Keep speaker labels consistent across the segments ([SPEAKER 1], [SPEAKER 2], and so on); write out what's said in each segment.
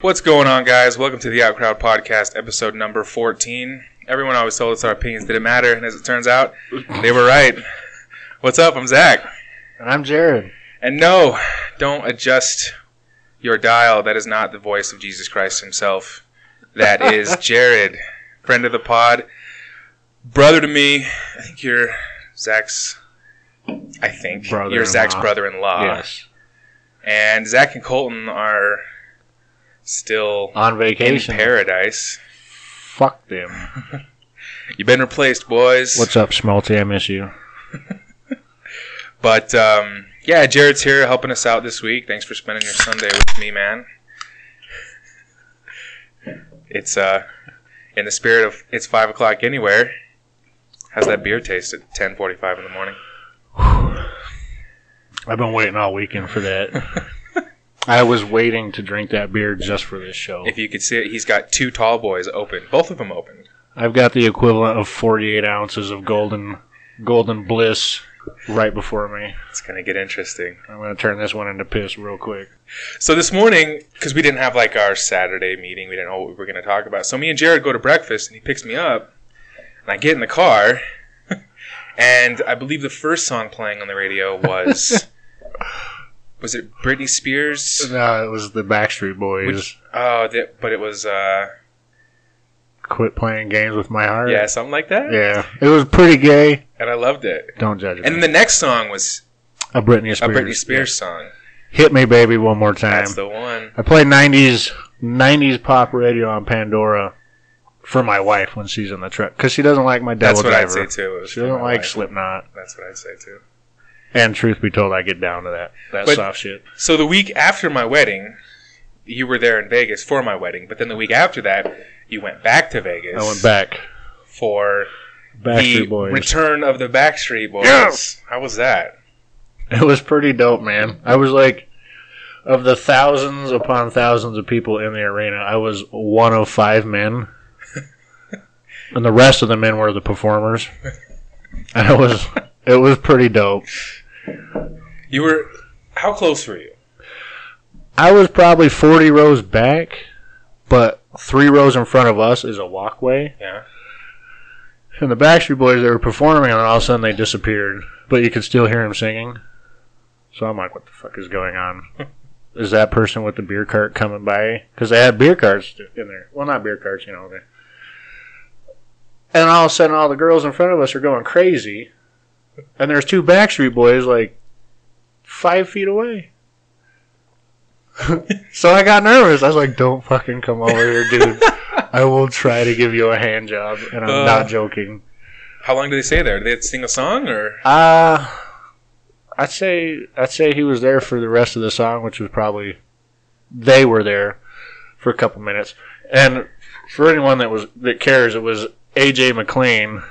[SPEAKER 1] What's going on, guys? Welcome to the Out Crowd Podcast, episode number 14. Everyone always told us our opinions didn't matter, and as it turns out, they were right. What's up? I'm Zach.
[SPEAKER 2] And I'm Jared.
[SPEAKER 1] And no, don't adjust your dial. That is not the voice of Jesus Christ himself. That is Jared, friend of the pod, brother to me. I think you're Zach's. I think you're
[SPEAKER 2] Brother-in-law.
[SPEAKER 1] Zach's
[SPEAKER 2] Uh,
[SPEAKER 1] brother-in-law.
[SPEAKER 2] yes.
[SPEAKER 1] And Zach and Colton are still
[SPEAKER 2] On vacation.
[SPEAKER 1] in paradise.
[SPEAKER 2] Fuck them.
[SPEAKER 1] You've been replaced, boys.
[SPEAKER 2] What's up, Schmalti? I miss you.
[SPEAKER 1] But um, yeah, Jared's here helping us out this week. Thanks for spending your Sunday with me, man. It's uh, in the spirit of it's five o'clock anywhere. How's that beer taste at ten forty-five in the morning?
[SPEAKER 2] I've been waiting all weekend for that. I was waiting to drink that beer just for this show.
[SPEAKER 1] If you could see it, he's got two tall boys open. Both of them opened.
[SPEAKER 2] I've got the equivalent of 48 ounces of golden, golden bliss right before me.
[SPEAKER 1] It's gonna get interesting.
[SPEAKER 2] I'm gonna turn this one into piss real quick.
[SPEAKER 1] So this morning, because we didn't have like our Saturday meeting, we didn't know what we were going to talk about. So me and Jared go to breakfast, and he picks me up, and I get in the car, and I believe the first song playing on the radio was was it Britney Spears?
[SPEAKER 2] No, it was the Backstreet Boys.
[SPEAKER 1] Which- Oh, that, but it was uh,
[SPEAKER 2] Quit playing games with my heart.
[SPEAKER 1] yeah, something like that,
[SPEAKER 2] Yeah. It was pretty gay.
[SPEAKER 1] and I loved it.
[SPEAKER 2] Don't judge me.
[SPEAKER 1] And then the next song was
[SPEAKER 2] a Britney Spears.
[SPEAKER 1] a Britney Spears song.
[SPEAKER 2] Hit me, baby, one more time.
[SPEAKER 1] That's the one.
[SPEAKER 2] I play '90s '90s pop radio on Pandora for my wife when she's in the truck because she doesn't like my
[SPEAKER 1] That's
[SPEAKER 2] devil
[SPEAKER 1] what I'd
[SPEAKER 2] driver.
[SPEAKER 1] say too. It was
[SPEAKER 2] she doesn't
[SPEAKER 1] my
[SPEAKER 2] like
[SPEAKER 1] wife.
[SPEAKER 2] Slipknot.
[SPEAKER 1] That's what I'd say too.
[SPEAKER 2] And truth be told, I get down to that that
[SPEAKER 1] But-
[SPEAKER 2] soft shit.
[SPEAKER 1] So the week after my wedding, you were there in Vegas for my wedding, but then the week after that, you went back to Vegas.
[SPEAKER 2] I went back.
[SPEAKER 1] for the
[SPEAKER 2] Backstreet Boys.
[SPEAKER 1] return of the Backstreet Boys.
[SPEAKER 2] Yes!
[SPEAKER 1] How was that?
[SPEAKER 2] it was pretty dope, man. I was like, of the thousands upon thousands of people in the arena, I was one of five men, and the rest of the men were the performers. And it was it was pretty dope.
[SPEAKER 1] You were how close were you?
[SPEAKER 2] I was probably 40 rows back, but three rows in front of us is a walkway.
[SPEAKER 1] Yeah.
[SPEAKER 2] And the Backstreet Boys, they were performing, and all of a sudden they disappeared. But you could still hear them singing. So I'm like, what the fuck is going on? is that person with the beer cart coming by? Because they had beer carts in there. Well, not beer carts, you know. They... And all of a sudden, all the girls in front of us are going crazy. And there's two Backstreet Boys, like, five feet away. so I got nervous. I was like, "Don't fucking come over here, dude. I will try to give you a hand job," and I'm
[SPEAKER 1] Uh.
[SPEAKER 2] not joking.
[SPEAKER 1] How long did they stay there? Did they sing a song or
[SPEAKER 2] Uh I'd say I'd say he was there for the rest of the song, which was probably they were there for a couple minutes. And for anyone that was that cares, it was AJ McLean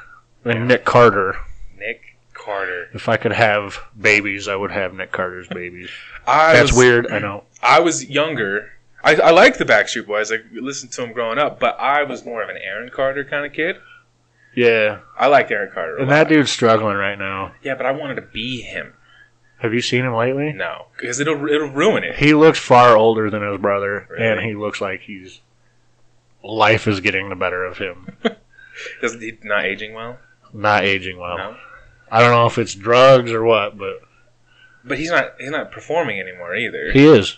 [SPEAKER 2] and Nick Carter.
[SPEAKER 1] Nick Carter?
[SPEAKER 2] If I could have babies, I would have Nick Carter's babies.
[SPEAKER 1] I
[SPEAKER 2] That's
[SPEAKER 1] was,
[SPEAKER 2] weird, I know.
[SPEAKER 1] I was younger. I, I liked the Backstreet Boys. I listened to them growing up, but I was more of an Aaron Carter kind of kid.
[SPEAKER 2] Yeah,
[SPEAKER 1] I liked Aaron Carter. A
[SPEAKER 2] and
[SPEAKER 1] lot.
[SPEAKER 2] that dude's struggling right now.
[SPEAKER 1] yeah, but I wanted to be him.
[SPEAKER 2] Have you seen him lately?
[SPEAKER 1] No, because it'll it'll ruin it.
[SPEAKER 2] He looks far older than his brother, and
[SPEAKER 1] Really?
[SPEAKER 2] he looks like he's life is getting the better of him.
[SPEAKER 1] Doesn't he not aging well?
[SPEAKER 2] Not aging well.
[SPEAKER 1] No,
[SPEAKER 2] I don't know if it's drugs or what, but
[SPEAKER 1] but he's not he's not performing anymore either.
[SPEAKER 2] he is.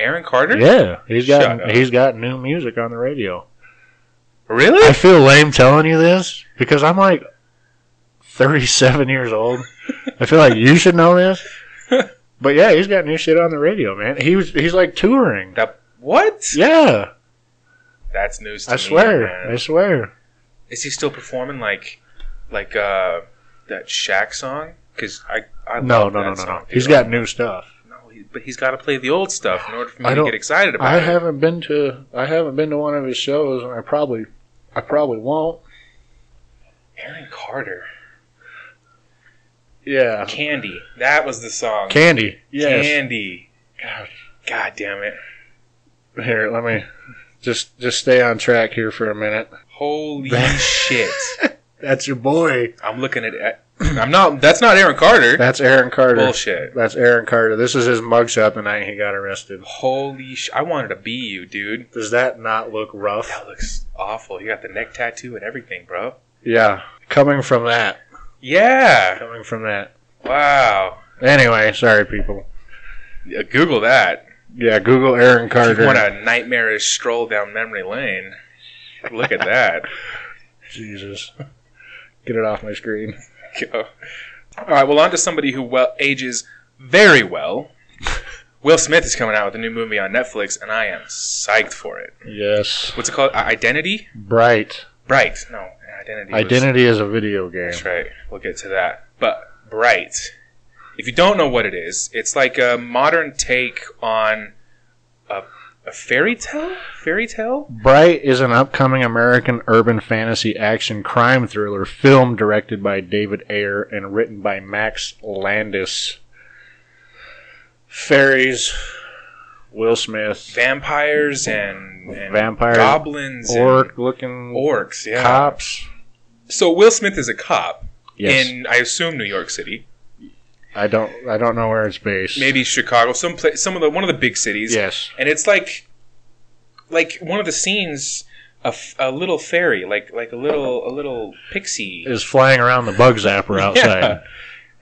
[SPEAKER 1] Aaron Carter?
[SPEAKER 2] Yeah, he's
[SPEAKER 1] Shut up.
[SPEAKER 2] got he's got new music on the radio.
[SPEAKER 1] Really?
[SPEAKER 2] I feel lame telling you this because I'm like 37 years old. I feel like you should know this. But yeah, he's got new shit on the radio, man. He was he's like touring.
[SPEAKER 1] That what?
[SPEAKER 2] Yeah,
[SPEAKER 1] That's news to
[SPEAKER 2] I
[SPEAKER 1] me.
[SPEAKER 2] swear,
[SPEAKER 1] man.
[SPEAKER 2] I swear.
[SPEAKER 1] Is he still performing like like uh that Shaq song? Cuz I I
[SPEAKER 2] No,
[SPEAKER 1] love that
[SPEAKER 2] no, no, no, no.
[SPEAKER 1] song,
[SPEAKER 2] He's
[SPEAKER 1] dude.
[SPEAKER 2] got new stuff.
[SPEAKER 1] No, he, but he's got to play the old stuff in order for me
[SPEAKER 2] I
[SPEAKER 1] to
[SPEAKER 2] don't-
[SPEAKER 1] get excited about
[SPEAKER 2] I
[SPEAKER 1] it.
[SPEAKER 2] haven't been to I haven't been to one of his shows, and I probably I probably won't.
[SPEAKER 1] Aaron Carter.
[SPEAKER 2] Yeah,
[SPEAKER 1] Candy. That was the song.
[SPEAKER 2] Candy. Uh-huh. Yes.
[SPEAKER 1] Candy. God, God damn it.
[SPEAKER 2] Here, let me just just stay on track here for a minute.
[SPEAKER 1] Holy shit.
[SPEAKER 2] That's your boy.
[SPEAKER 1] I'm looking at I'm not. That's not Aaron Carter.
[SPEAKER 2] That's Aaron Carter.
[SPEAKER 1] Bullshit.
[SPEAKER 2] That's Aaron Carter. This is his mugshot the night he got arrested.
[SPEAKER 1] Holy sh! I wanted to be you, dude.
[SPEAKER 2] Does that not look rough?
[SPEAKER 1] That looks awful. You got the neck tattoo and everything, bro.
[SPEAKER 2] Yeah. Coming from that.
[SPEAKER 1] Yeah.
[SPEAKER 2] Coming from that.
[SPEAKER 1] Wow.
[SPEAKER 2] Anyway, sorry, people.
[SPEAKER 1] Yeah, Google that.
[SPEAKER 2] Yeah, Google Aaron
[SPEAKER 1] If you want
[SPEAKER 2] Carter.
[SPEAKER 1] a nightmarish stroll down memory lane, look at that.
[SPEAKER 2] Jesus. Get it off my screen.
[SPEAKER 1] Go. All right. Well, on to somebody who well ages very well. Will Smith is coming out with a new movie on Netflix, and I am psyched for it.
[SPEAKER 2] Yes.
[SPEAKER 1] What's it called? I- Identity?
[SPEAKER 2] Bright.
[SPEAKER 1] Bright. No, Identity. was-
[SPEAKER 2] Identity is a video game.
[SPEAKER 1] That's right. We'll get to that. But Bright, if you don't know what it is, it's like a modern take on a, a fairy tale. Fairy tale.
[SPEAKER 2] Bright is an upcoming American urban fantasy action crime thriller film directed by David Ayer and written by Max Landis. Fairies, Will Smith,
[SPEAKER 1] Vampires and, and
[SPEAKER 2] Vampires,
[SPEAKER 1] goblins, and
[SPEAKER 2] orc looking
[SPEAKER 1] orcs. Yeah.
[SPEAKER 2] cops.
[SPEAKER 1] So Will Smith is a cop
[SPEAKER 2] Yes,
[SPEAKER 1] in, I assume, New York City,
[SPEAKER 2] I don't I don't know where it's based.
[SPEAKER 1] maybe Chicago, some pla- some of the one of the big cities.
[SPEAKER 2] yes,
[SPEAKER 1] and it's like like one of the scenes a, f- a little fairy like like a little a little pixie
[SPEAKER 2] is flying around the bug zapper outside.
[SPEAKER 1] Yeah.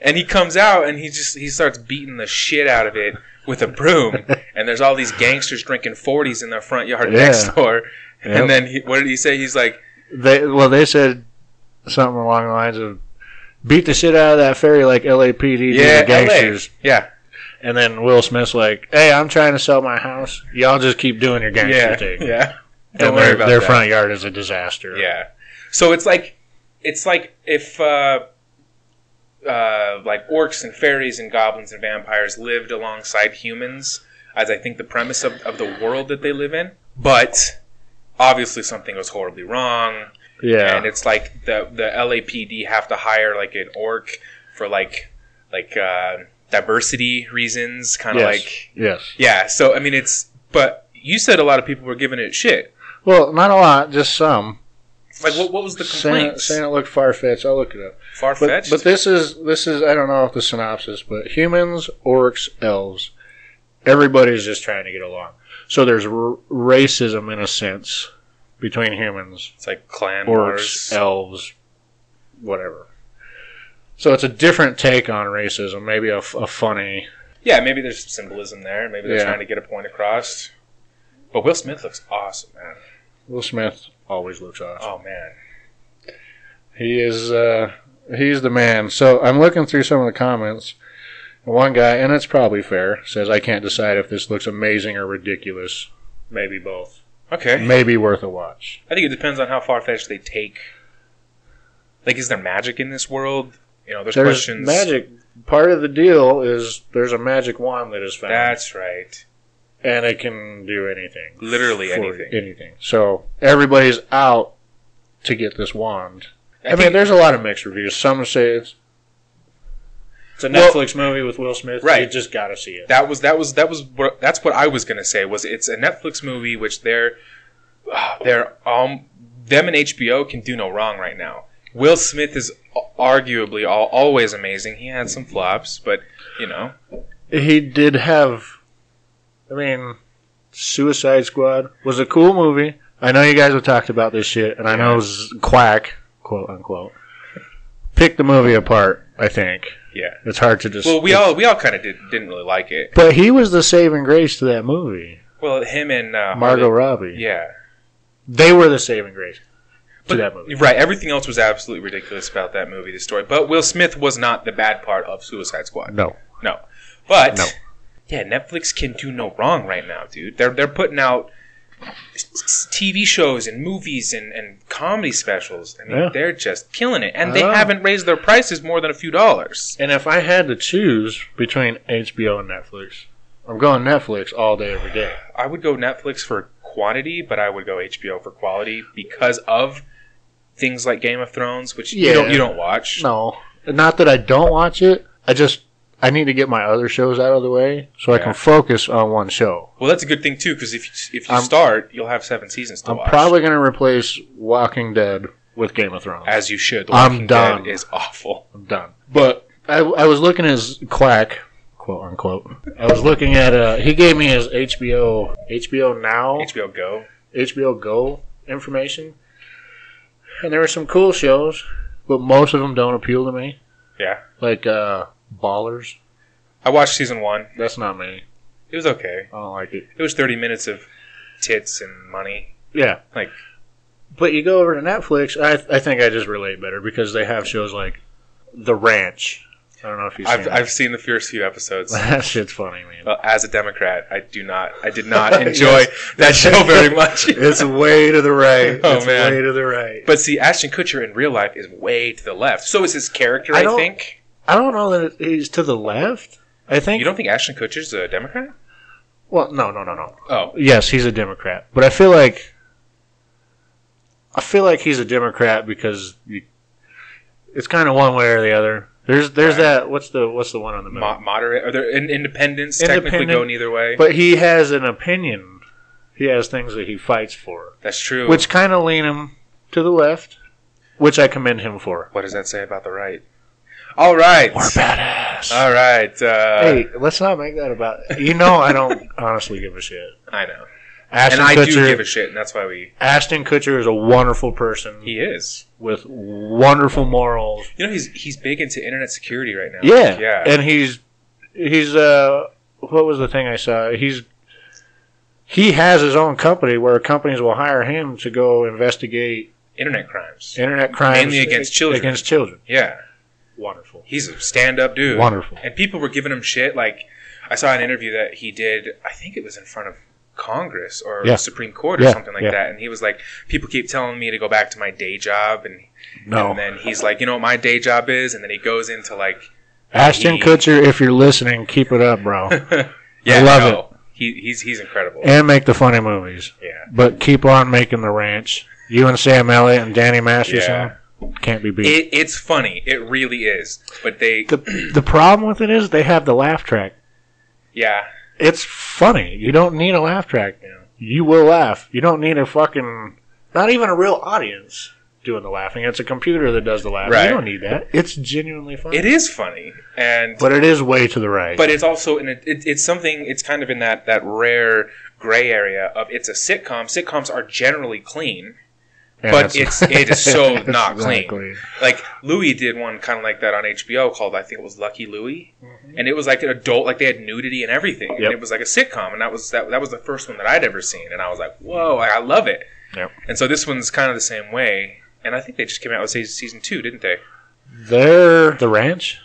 [SPEAKER 1] and he comes out and he just he starts beating the shit out of it with a broom and there's all these gangsters drinking 40s in their front yard
[SPEAKER 2] Yeah.
[SPEAKER 1] next door
[SPEAKER 2] Yep.
[SPEAKER 1] and then he, what did he say he's like
[SPEAKER 2] They well, they said something along the lines of "beat the shit out of that fairy like LAPD do
[SPEAKER 1] Yeah,
[SPEAKER 2] the
[SPEAKER 1] LA.
[SPEAKER 2] gangsters."
[SPEAKER 1] yeah
[SPEAKER 2] And then Will Smith's like, "Hey, I'm trying to sell my house. Y'all just keep doing your gangster
[SPEAKER 1] yeah
[SPEAKER 2] thing."
[SPEAKER 1] yeah
[SPEAKER 2] And
[SPEAKER 1] don't
[SPEAKER 2] their,
[SPEAKER 1] worry about
[SPEAKER 2] their
[SPEAKER 1] that.
[SPEAKER 2] front yard is a disaster.
[SPEAKER 1] yeah so it's like it's like if uh uh, like orcs and fairies and goblins and vampires lived alongside humans, as I think the premise of, of the world that they live in. But obviously, something goes horribly wrong.
[SPEAKER 2] yeah.
[SPEAKER 1] and it's like the the LAPD have to hire like an orc for like like uh, diversity reasons, kind of
[SPEAKER 2] yes.
[SPEAKER 1] like
[SPEAKER 2] yes.
[SPEAKER 1] yeah. So I mean, it's but you said a lot of people were giving it shit.
[SPEAKER 2] Well, not a lot, just some.
[SPEAKER 1] Like what, what was the
[SPEAKER 2] Saying,
[SPEAKER 1] complaint?
[SPEAKER 2] saying it looked far fetched. I'll look it up.
[SPEAKER 1] Far
[SPEAKER 2] But,
[SPEAKER 1] fetched.
[SPEAKER 2] but this is this is I don't know if the synopsis, but humans, orcs, elves, everybody's just trying to get along. So there's r- racism in a sense between humans
[SPEAKER 1] it's like clan
[SPEAKER 2] orcs,
[SPEAKER 1] wars.
[SPEAKER 2] elves, whatever. So it's a different take on racism, maybe a, f- a funny.
[SPEAKER 1] Yeah, maybe there's some symbolism there. Maybe they're
[SPEAKER 2] Yeah.
[SPEAKER 1] trying to get a point across. But Will Smith looks awesome, man.
[SPEAKER 2] Will Smith always looks awesome.
[SPEAKER 1] Oh man,
[SPEAKER 2] He is uh, he's the man. So I'm looking through some of the comments. and One guy, and it's probably fair, says I can't decide if this looks amazing or ridiculous. Maybe both.
[SPEAKER 1] okay.
[SPEAKER 2] Maybe worth a watch.
[SPEAKER 1] I think it depends on how far fetched they take. Like, is there magic in this world? You know, there's,
[SPEAKER 2] there's
[SPEAKER 1] questions.
[SPEAKER 2] magic. Part of the deal is there's a magic wand that is found,
[SPEAKER 1] That's right.
[SPEAKER 2] and it can do anything.
[SPEAKER 1] Literally
[SPEAKER 2] for
[SPEAKER 1] anything.
[SPEAKER 2] Anything. So everybody's out to get this wand. I, mean,
[SPEAKER 1] think-
[SPEAKER 2] there's a lot of mixed reviews. Some say it's it's a
[SPEAKER 1] Well-
[SPEAKER 2] Netflix movie with Will Smith. You
[SPEAKER 1] Right.
[SPEAKER 2] just got to see it.
[SPEAKER 1] that was that was that was what, that's what I was gonna say was it's a Netflix movie which they're ah, they're um them and HBO can do no wrong right now. Will Smith is a- arguably all, always amazing. He had some flops, but you know,
[SPEAKER 2] He did have. I mean, Suicide Squad was a cool movie. I know you guys have talked about this shit, and I know Z- Quack, quote unquote, picked the movie apart. I think
[SPEAKER 1] yeah.
[SPEAKER 2] it's hard to just.
[SPEAKER 1] Well, we all we all kind of did, didn't really like it.
[SPEAKER 2] But he was the saving grace to that movie.
[SPEAKER 1] Well, him and uh,
[SPEAKER 2] Margot
[SPEAKER 1] Harley-
[SPEAKER 2] Robbie.
[SPEAKER 1] yeah,
[SPEAKER 2] They were the saving grace to
[SPEAKER 1] But-
[SPEAKER 2] that movie.
[SPEAKER 1] right. Everything else was absolutely ridiculous about that movie, the story. But Will Smith was not the bad part of Suicide Squad.
[SPEAKER 2] No.
[SPEAKER 1] No. But
[SPEAKER 2] No.
[SPEAKER 1] yeah, Netflix can do no wrong right now, dude. They're they're putting out s- s- TV shows and movies and, and comedy specials. I mean,
[SPEAKER 2] Yeah.
[SPEAKER 1] they're just killing it, and
[SPEAKER 2] I
[SPEAKER 1] they
[SPEAKER 2] know.
[SPEAKER 1] haven't raised their prices more than a few dollars.
[SPEAKER 2] And if I had to choose between HBO and Netflix, I'm going Netflix all day, every day.
[SPEAKER 1] I would go Netflix for quantity, but I would go HBO for quality because of things like Game of Thrones, which you don't
[SPEAKER 2] Yeah.
[SPEAKER 1] you don't watch.
[SPEAKER 2] No, not that I don't watch it. I just I need to get my other shows out of the way so I
[SPEAKER 1] Yeah.
[SPEAKER 2] can focus on one show.
[SPEAKER 1] Well, that's a good thing too, because if you- if you
[SPEAKER 2] I'm-
[SPEAKER 1] start, you'll have seven seasons to
[SPEAKER 2] I'm
[SPEAKER 1] watch.
[SPEAKER 2] probably going to replace Walking Dead with Game of Thrones.
[SPEAKER 1] as you should. The
[SPEAKER 2] I'm
[SPEAKER 1] Walking
[SPEAKER 2] done.
[SPEAKER 1] Dead is awful.
[SPEAKER 2] I'm done. But I, I was looking at his quack, quote unquote. I was looking at uh he gave me his HBO HBO Now
[SPEAKER 1] HBO Go.
[SPEAKER 2] HBO Go information, and there were some cool shows, but most of them don't appeal to me.
[SPEAKER 1] Yeah.
[SPEAKER 2] like uh Ballers.
[SPEAKER 1] I watched season one.
[SPEAKER 2] That's not me.
[SPEAKER 1] It was okay.
[SPEAKER 2] I don't like it.
[SPEAKER 1] It was 30 minutes of tits and money.
[SPEAKER 2] Yeah,
[SPEAKER 1] Like-
[SPEAKER 2] But you go over to Netflix. I I think I just relate better because they have shows like The Ranch. I don't know if you've seen
[SPEAKER 1] I've,
[SPEAKER 2] that.
[SPEAKER 1] I've Uh, seen the first few episodes.
[SPEAKER 2] that shit's funny, man.
[SPEAKER 1] Well, as a Democrat, I do not. I did not enjoy that show very much.
[SPEAKER 2] It's way to the right.
[SPEAKER 1] Oh,
[SPEAKER 2] it's
[SPEAKER 1] man.
[SPEAKER 2] way to the right.
[SPEAKER 1] But see, Ashton Kutcher in real life is way to the left. So is his character,
[SPEAKER 2] I
[SPEAKER 1] I,
[SPEAKER 2] don't-
[SPEAKER 1] think.
[SPEAKER 2] I don't know that he's to the left. I think.
[SPEAKER 1] You don't think Ashton Kutcher's a Democrat?
[SPEAKER 2] well, no, no, no, no.
[SPEAKER 1] Oh,
[SPEAKER 2] Yes, he's a Democrat, but I feel like I feel like he's a Democrat because you, it's kind of one way or the other. There's there's
[SPEAKER 1] Right.
[SPEAKER 2] that. What's the what's the one on the middle?
[SPEAKER 1] mo- moderate. Are there in- independents technically
[SPEAKER 2] Independent.
[SPEAKER 1] going either way?
[SPEAKER 2] But he has an opinion. He has things that he fights for,
[SPEAKER 1] That's true.
[SPEAKER 2] which kind of lean him to the left, which I commend him for.
[SPEAKER 1] what does that say about the right? All right.
[SPEAKER 2] We're badass.
[SPEAKER 1] All right. Uh,
[SPEAKER 2] hey, let's not make that about. You know, I don't honestly give a shit.
[SPEAKER 1] I know.
[SPEAKER 2] Ashton
[SPEAKER 1] and I
[SPEAKER 2] Kutcher.
[SPEAKER 1] do give a shit, and that's why we.
[SPEAKER 2] Ashton Kutcher is a wonderful person
[SPEAKER 1] He is.
[SPEAKER 2] with wonderful morals.
[SPEAKER 1] You know, he's he's big into internet security right now.
[SPEAKER 2] Yeah,
[SPEAKER 1] Yeah.
[SPEAKER 2] And he's he's uh, what was the thing I saw? He's he has his own company where companies will hire him to go investigate
[SPEAKER 1] internet crimes.
[SPEAKER 2] internet crimes
[SPEAKER 1] Mainly against children.
[SPEAKER 2] Against children.
[SPEAKER 1] Yeah.
[SPEAKER 2] Wonderful.
[SPEAKER 1] He's a stand up dude.
[SPEAKER 2] Wonderful.
[SPEAKER 1] And people were giving him shit. Like, I saw an interview that he did, I think it was in front of Congress or
[SPEAKER 2] Yeah.
[SPEAKER 1] Supreme Court or
[SPEAKER 2] Yeah,
[SPEAKER 1] something like
[SPEAKER 2] yeah.
[SPEAKER 1] that. And he was like, People keep telling me to go back to my day job. And,
[SPEAKER 2] No,
[SPEAKER 1] and then he's like, You know what my day job is? And then he goes into like,
[SPEAKER 2] Ashton
[SPEAKER 1] he-
[SPEAKER 2] Kutcher, if you're listening, keep it up, bro,
[SPEAKER 1] Yeah,
[SPEAKER 2] love
[SPEAKER 1] it. He, he's, he's incredible.
[SPEAKER 2] and make the funny movies.
[SPEAKER 1] yeah.
[SPEAKER 2] But keep on making the ranch. You and Sam Elliott and Danny Masterson can't be beat.
[SPEAKER 1] It, it's funny. It really is. But they,
[SPEAKER 2] the The problem with it is they have the laugh track.
[SPEAKER 1] yeah.
[SPEAKER 2] It's funny. You don't need a laugh track now. You will laugh. You don't need a fucking not even a real audience doing the laughing. It's a computer that does the laughing.
[SPEAKER 1] Right.
[SPEAKER 2] You don't need that. It's genuinely funny.
[SPEAKER 1] It is funny. And
[SPEAKER 2] But it is way to the right.
[SPEAKER 1] but it's also in a, it, it's something it's kind of in that that rare gray area of it's a sitcom sitcoms are generally clean
[SPEAKER 2] And
[SPEAKER 1] but it's it is so
[SPEAKER 2] it's
[SPEAKER 1] not clean like louis did one kind of like that on hbo called i think it was lucky louie and it was like an adult like they had nudity and everything
[SPEAKER 2] Mm-hmm. Yep.
[SPEAKER 1] and it was like a sitcom and that was that, that was the first one that i'd ever seen and i was like whoa i, I love it
[SPEAKER 2] Yep.
[SPEAKER 1] and so this one's kind of the same way and i think they just came out with se- season two didn't they
[SPEAKER 2] They're the ranch.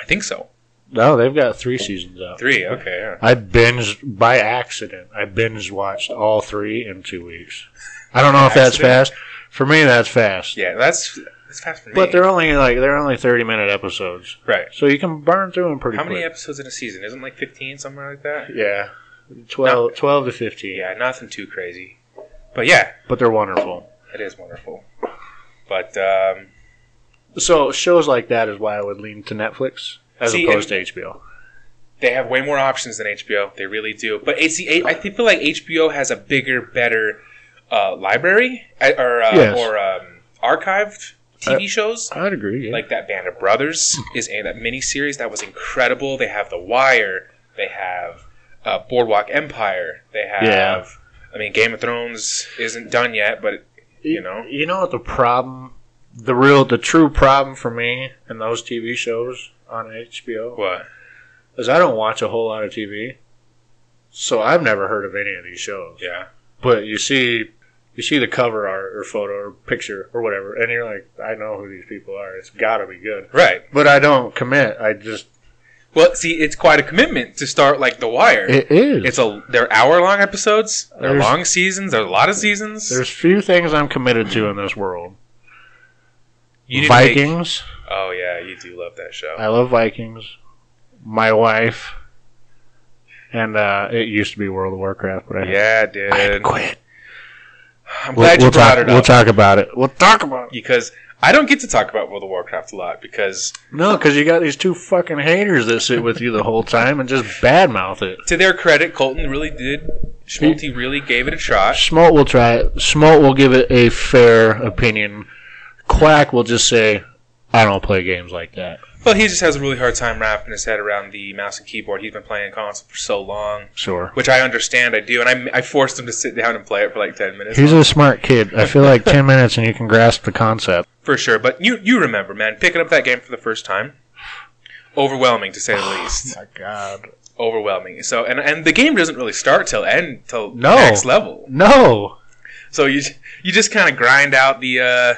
[SPEAKER 1] i think so
[SPEAKER 2] No, they've got three seasons out.
[SPEAKER 1] three okay yeah.
[SPEAKER 2] I binged by accident. I binge watched all three in two weeks. I don't know if that's
[SPEAKER 1] Accident?
[SPEAKER 2] fast. For me, that's fast.
[SPEAKER 1] yeah that's that's fast for me
[SPEAKER 2] But they're only like they're only thirty minute episodes.
[SPEAKER 1] right
[SPEAKER 2] So you can burn through them pretty
[SPEAKER 1] How
[SPEAKER 2] quick.
[SPEAKER 1] many episodes in a season? Isn't it like 15, something like that?
[SPEAKER 2] Yeah. 12, 12 to 15.
[SPEAKER 1] Yeah, nothing too crazy. But yeah,
[SPEAKER 2] But they're wonderful.
[SPEAKER 1] it is wonderful. But um,
[SPEAKER 2] So shows like that is why I would lean to Netflix as
[SPEAKER 1] See,
[SPEAKER 2] opposed to HBO.
[SPEAKER 1] they have way more options than HBO. They really do. But AC, I think- feel like HBO has a bigger, better uh, library uh, or, uh,
[SPEAKER 2] Yes. Uh,
[SPEAKER 1] or um, archived TV shows.
[SPEAKER 2] I'd agree. Yeah.
[SPEAKER 1] Like that Band of Brothers is in that miniseries that was incredible. They have The Wire. They have uh, Boardwalk Empire. They have,
[SPEAKER 2] Yeah.
[SPEAKER 1] I mean, Game of Thrones isn't done yet, but you know.
[SPEAKER 2] You know what the problem, the real, the true problem for me and those TV shows on HBO
[SPEAKER 1] what?
[SPEAKER 2] is I don't watch a whole lot of TV, so I've never heard of any of these shows.
[SPEAKER 1] Yeah.
[SPEAKER 2] But you see, you see the cover art or photo or picture or whatever, and you're like, I know who these people are. It's got to be good.
[SPEAKER 1] Right.
[SPEAKER 2] But I don't commit. I just
[SPEAKER 1] Well, see, it's quite a commitment to start like The Wire.
[SPEAKER 2] it is.
[SPEAKER 1] it's a they're hour long episodes. They're
[SPEAKER 2] There's-
[SPEAKER 1] long seasons. There's a lot of seasons.
[SPEAKER 2] There's few things I'm committed to in this world.
[SPEAKER 1] You need to make-
[SPEAKER 2] Vikings.
[SPEAKER 1] oh yeah, you do love that show.
[SPEAKER 2] I love Vikings. My wife. And uh, it used to be World of Warcraft, but I,
[SPEAKER 1] yeah,
[SPEAKER 2] I had to
[SPEAKER 1] dude.
[SPEAKER 2] quit.
[SPEAKER 1] I'm
[SPEAKER 2] We'll,
[SPEAKER 1] glad
[SPEAKER 2] we'll
[SPEAKER 1] you brought
[SPEAKER 2] talk,
[SPEAKER 1] it
[SPEAKER 2] we'll
[SPEAKER 1] up
[SPEAKER 2] talk about it. We'll talk about it.
[SPEAKER 1] because I don't get to talk about World of Warcraft a lot because
[SPEAKER 2] No, because you got these two fucking haters that sit with you the whole time and just badmouth it.
[SPEAKER 1] to their credit, Colton really did. Schmalti really gave it a shot.
[SPEAKER 2] Smolt will try it. Smolt will give it a fair opinion. Quack will just say, "I don't play games like that."
[SPEAKER 1] Well, he just has a really hard time wrapping his head around the mouse and keyboard. He's been playing console for so long,
[SPEAKER 2] Sure.
[SPEAKER 1] which I understand. I do, and I, I forced him to sit down and play it for like ten minutes
[SPEAKER 2] He's a smart kid. I feel like ten minutes and you can grasp the concept.
[SPEAKER 1] for sure. But you you remember, man, picking up that game for the first time, overwhelming to say the least.
[SPEAKER 2] My God.
[SPEAKER 1] overwhelming. So and and the game doesn't really start till end till
[SPEAKER 2] No.
[SPEAKER 1] next level.
[SPEAKER 2] No.
[SPEAKER 1] So you you just kind of grind out the uh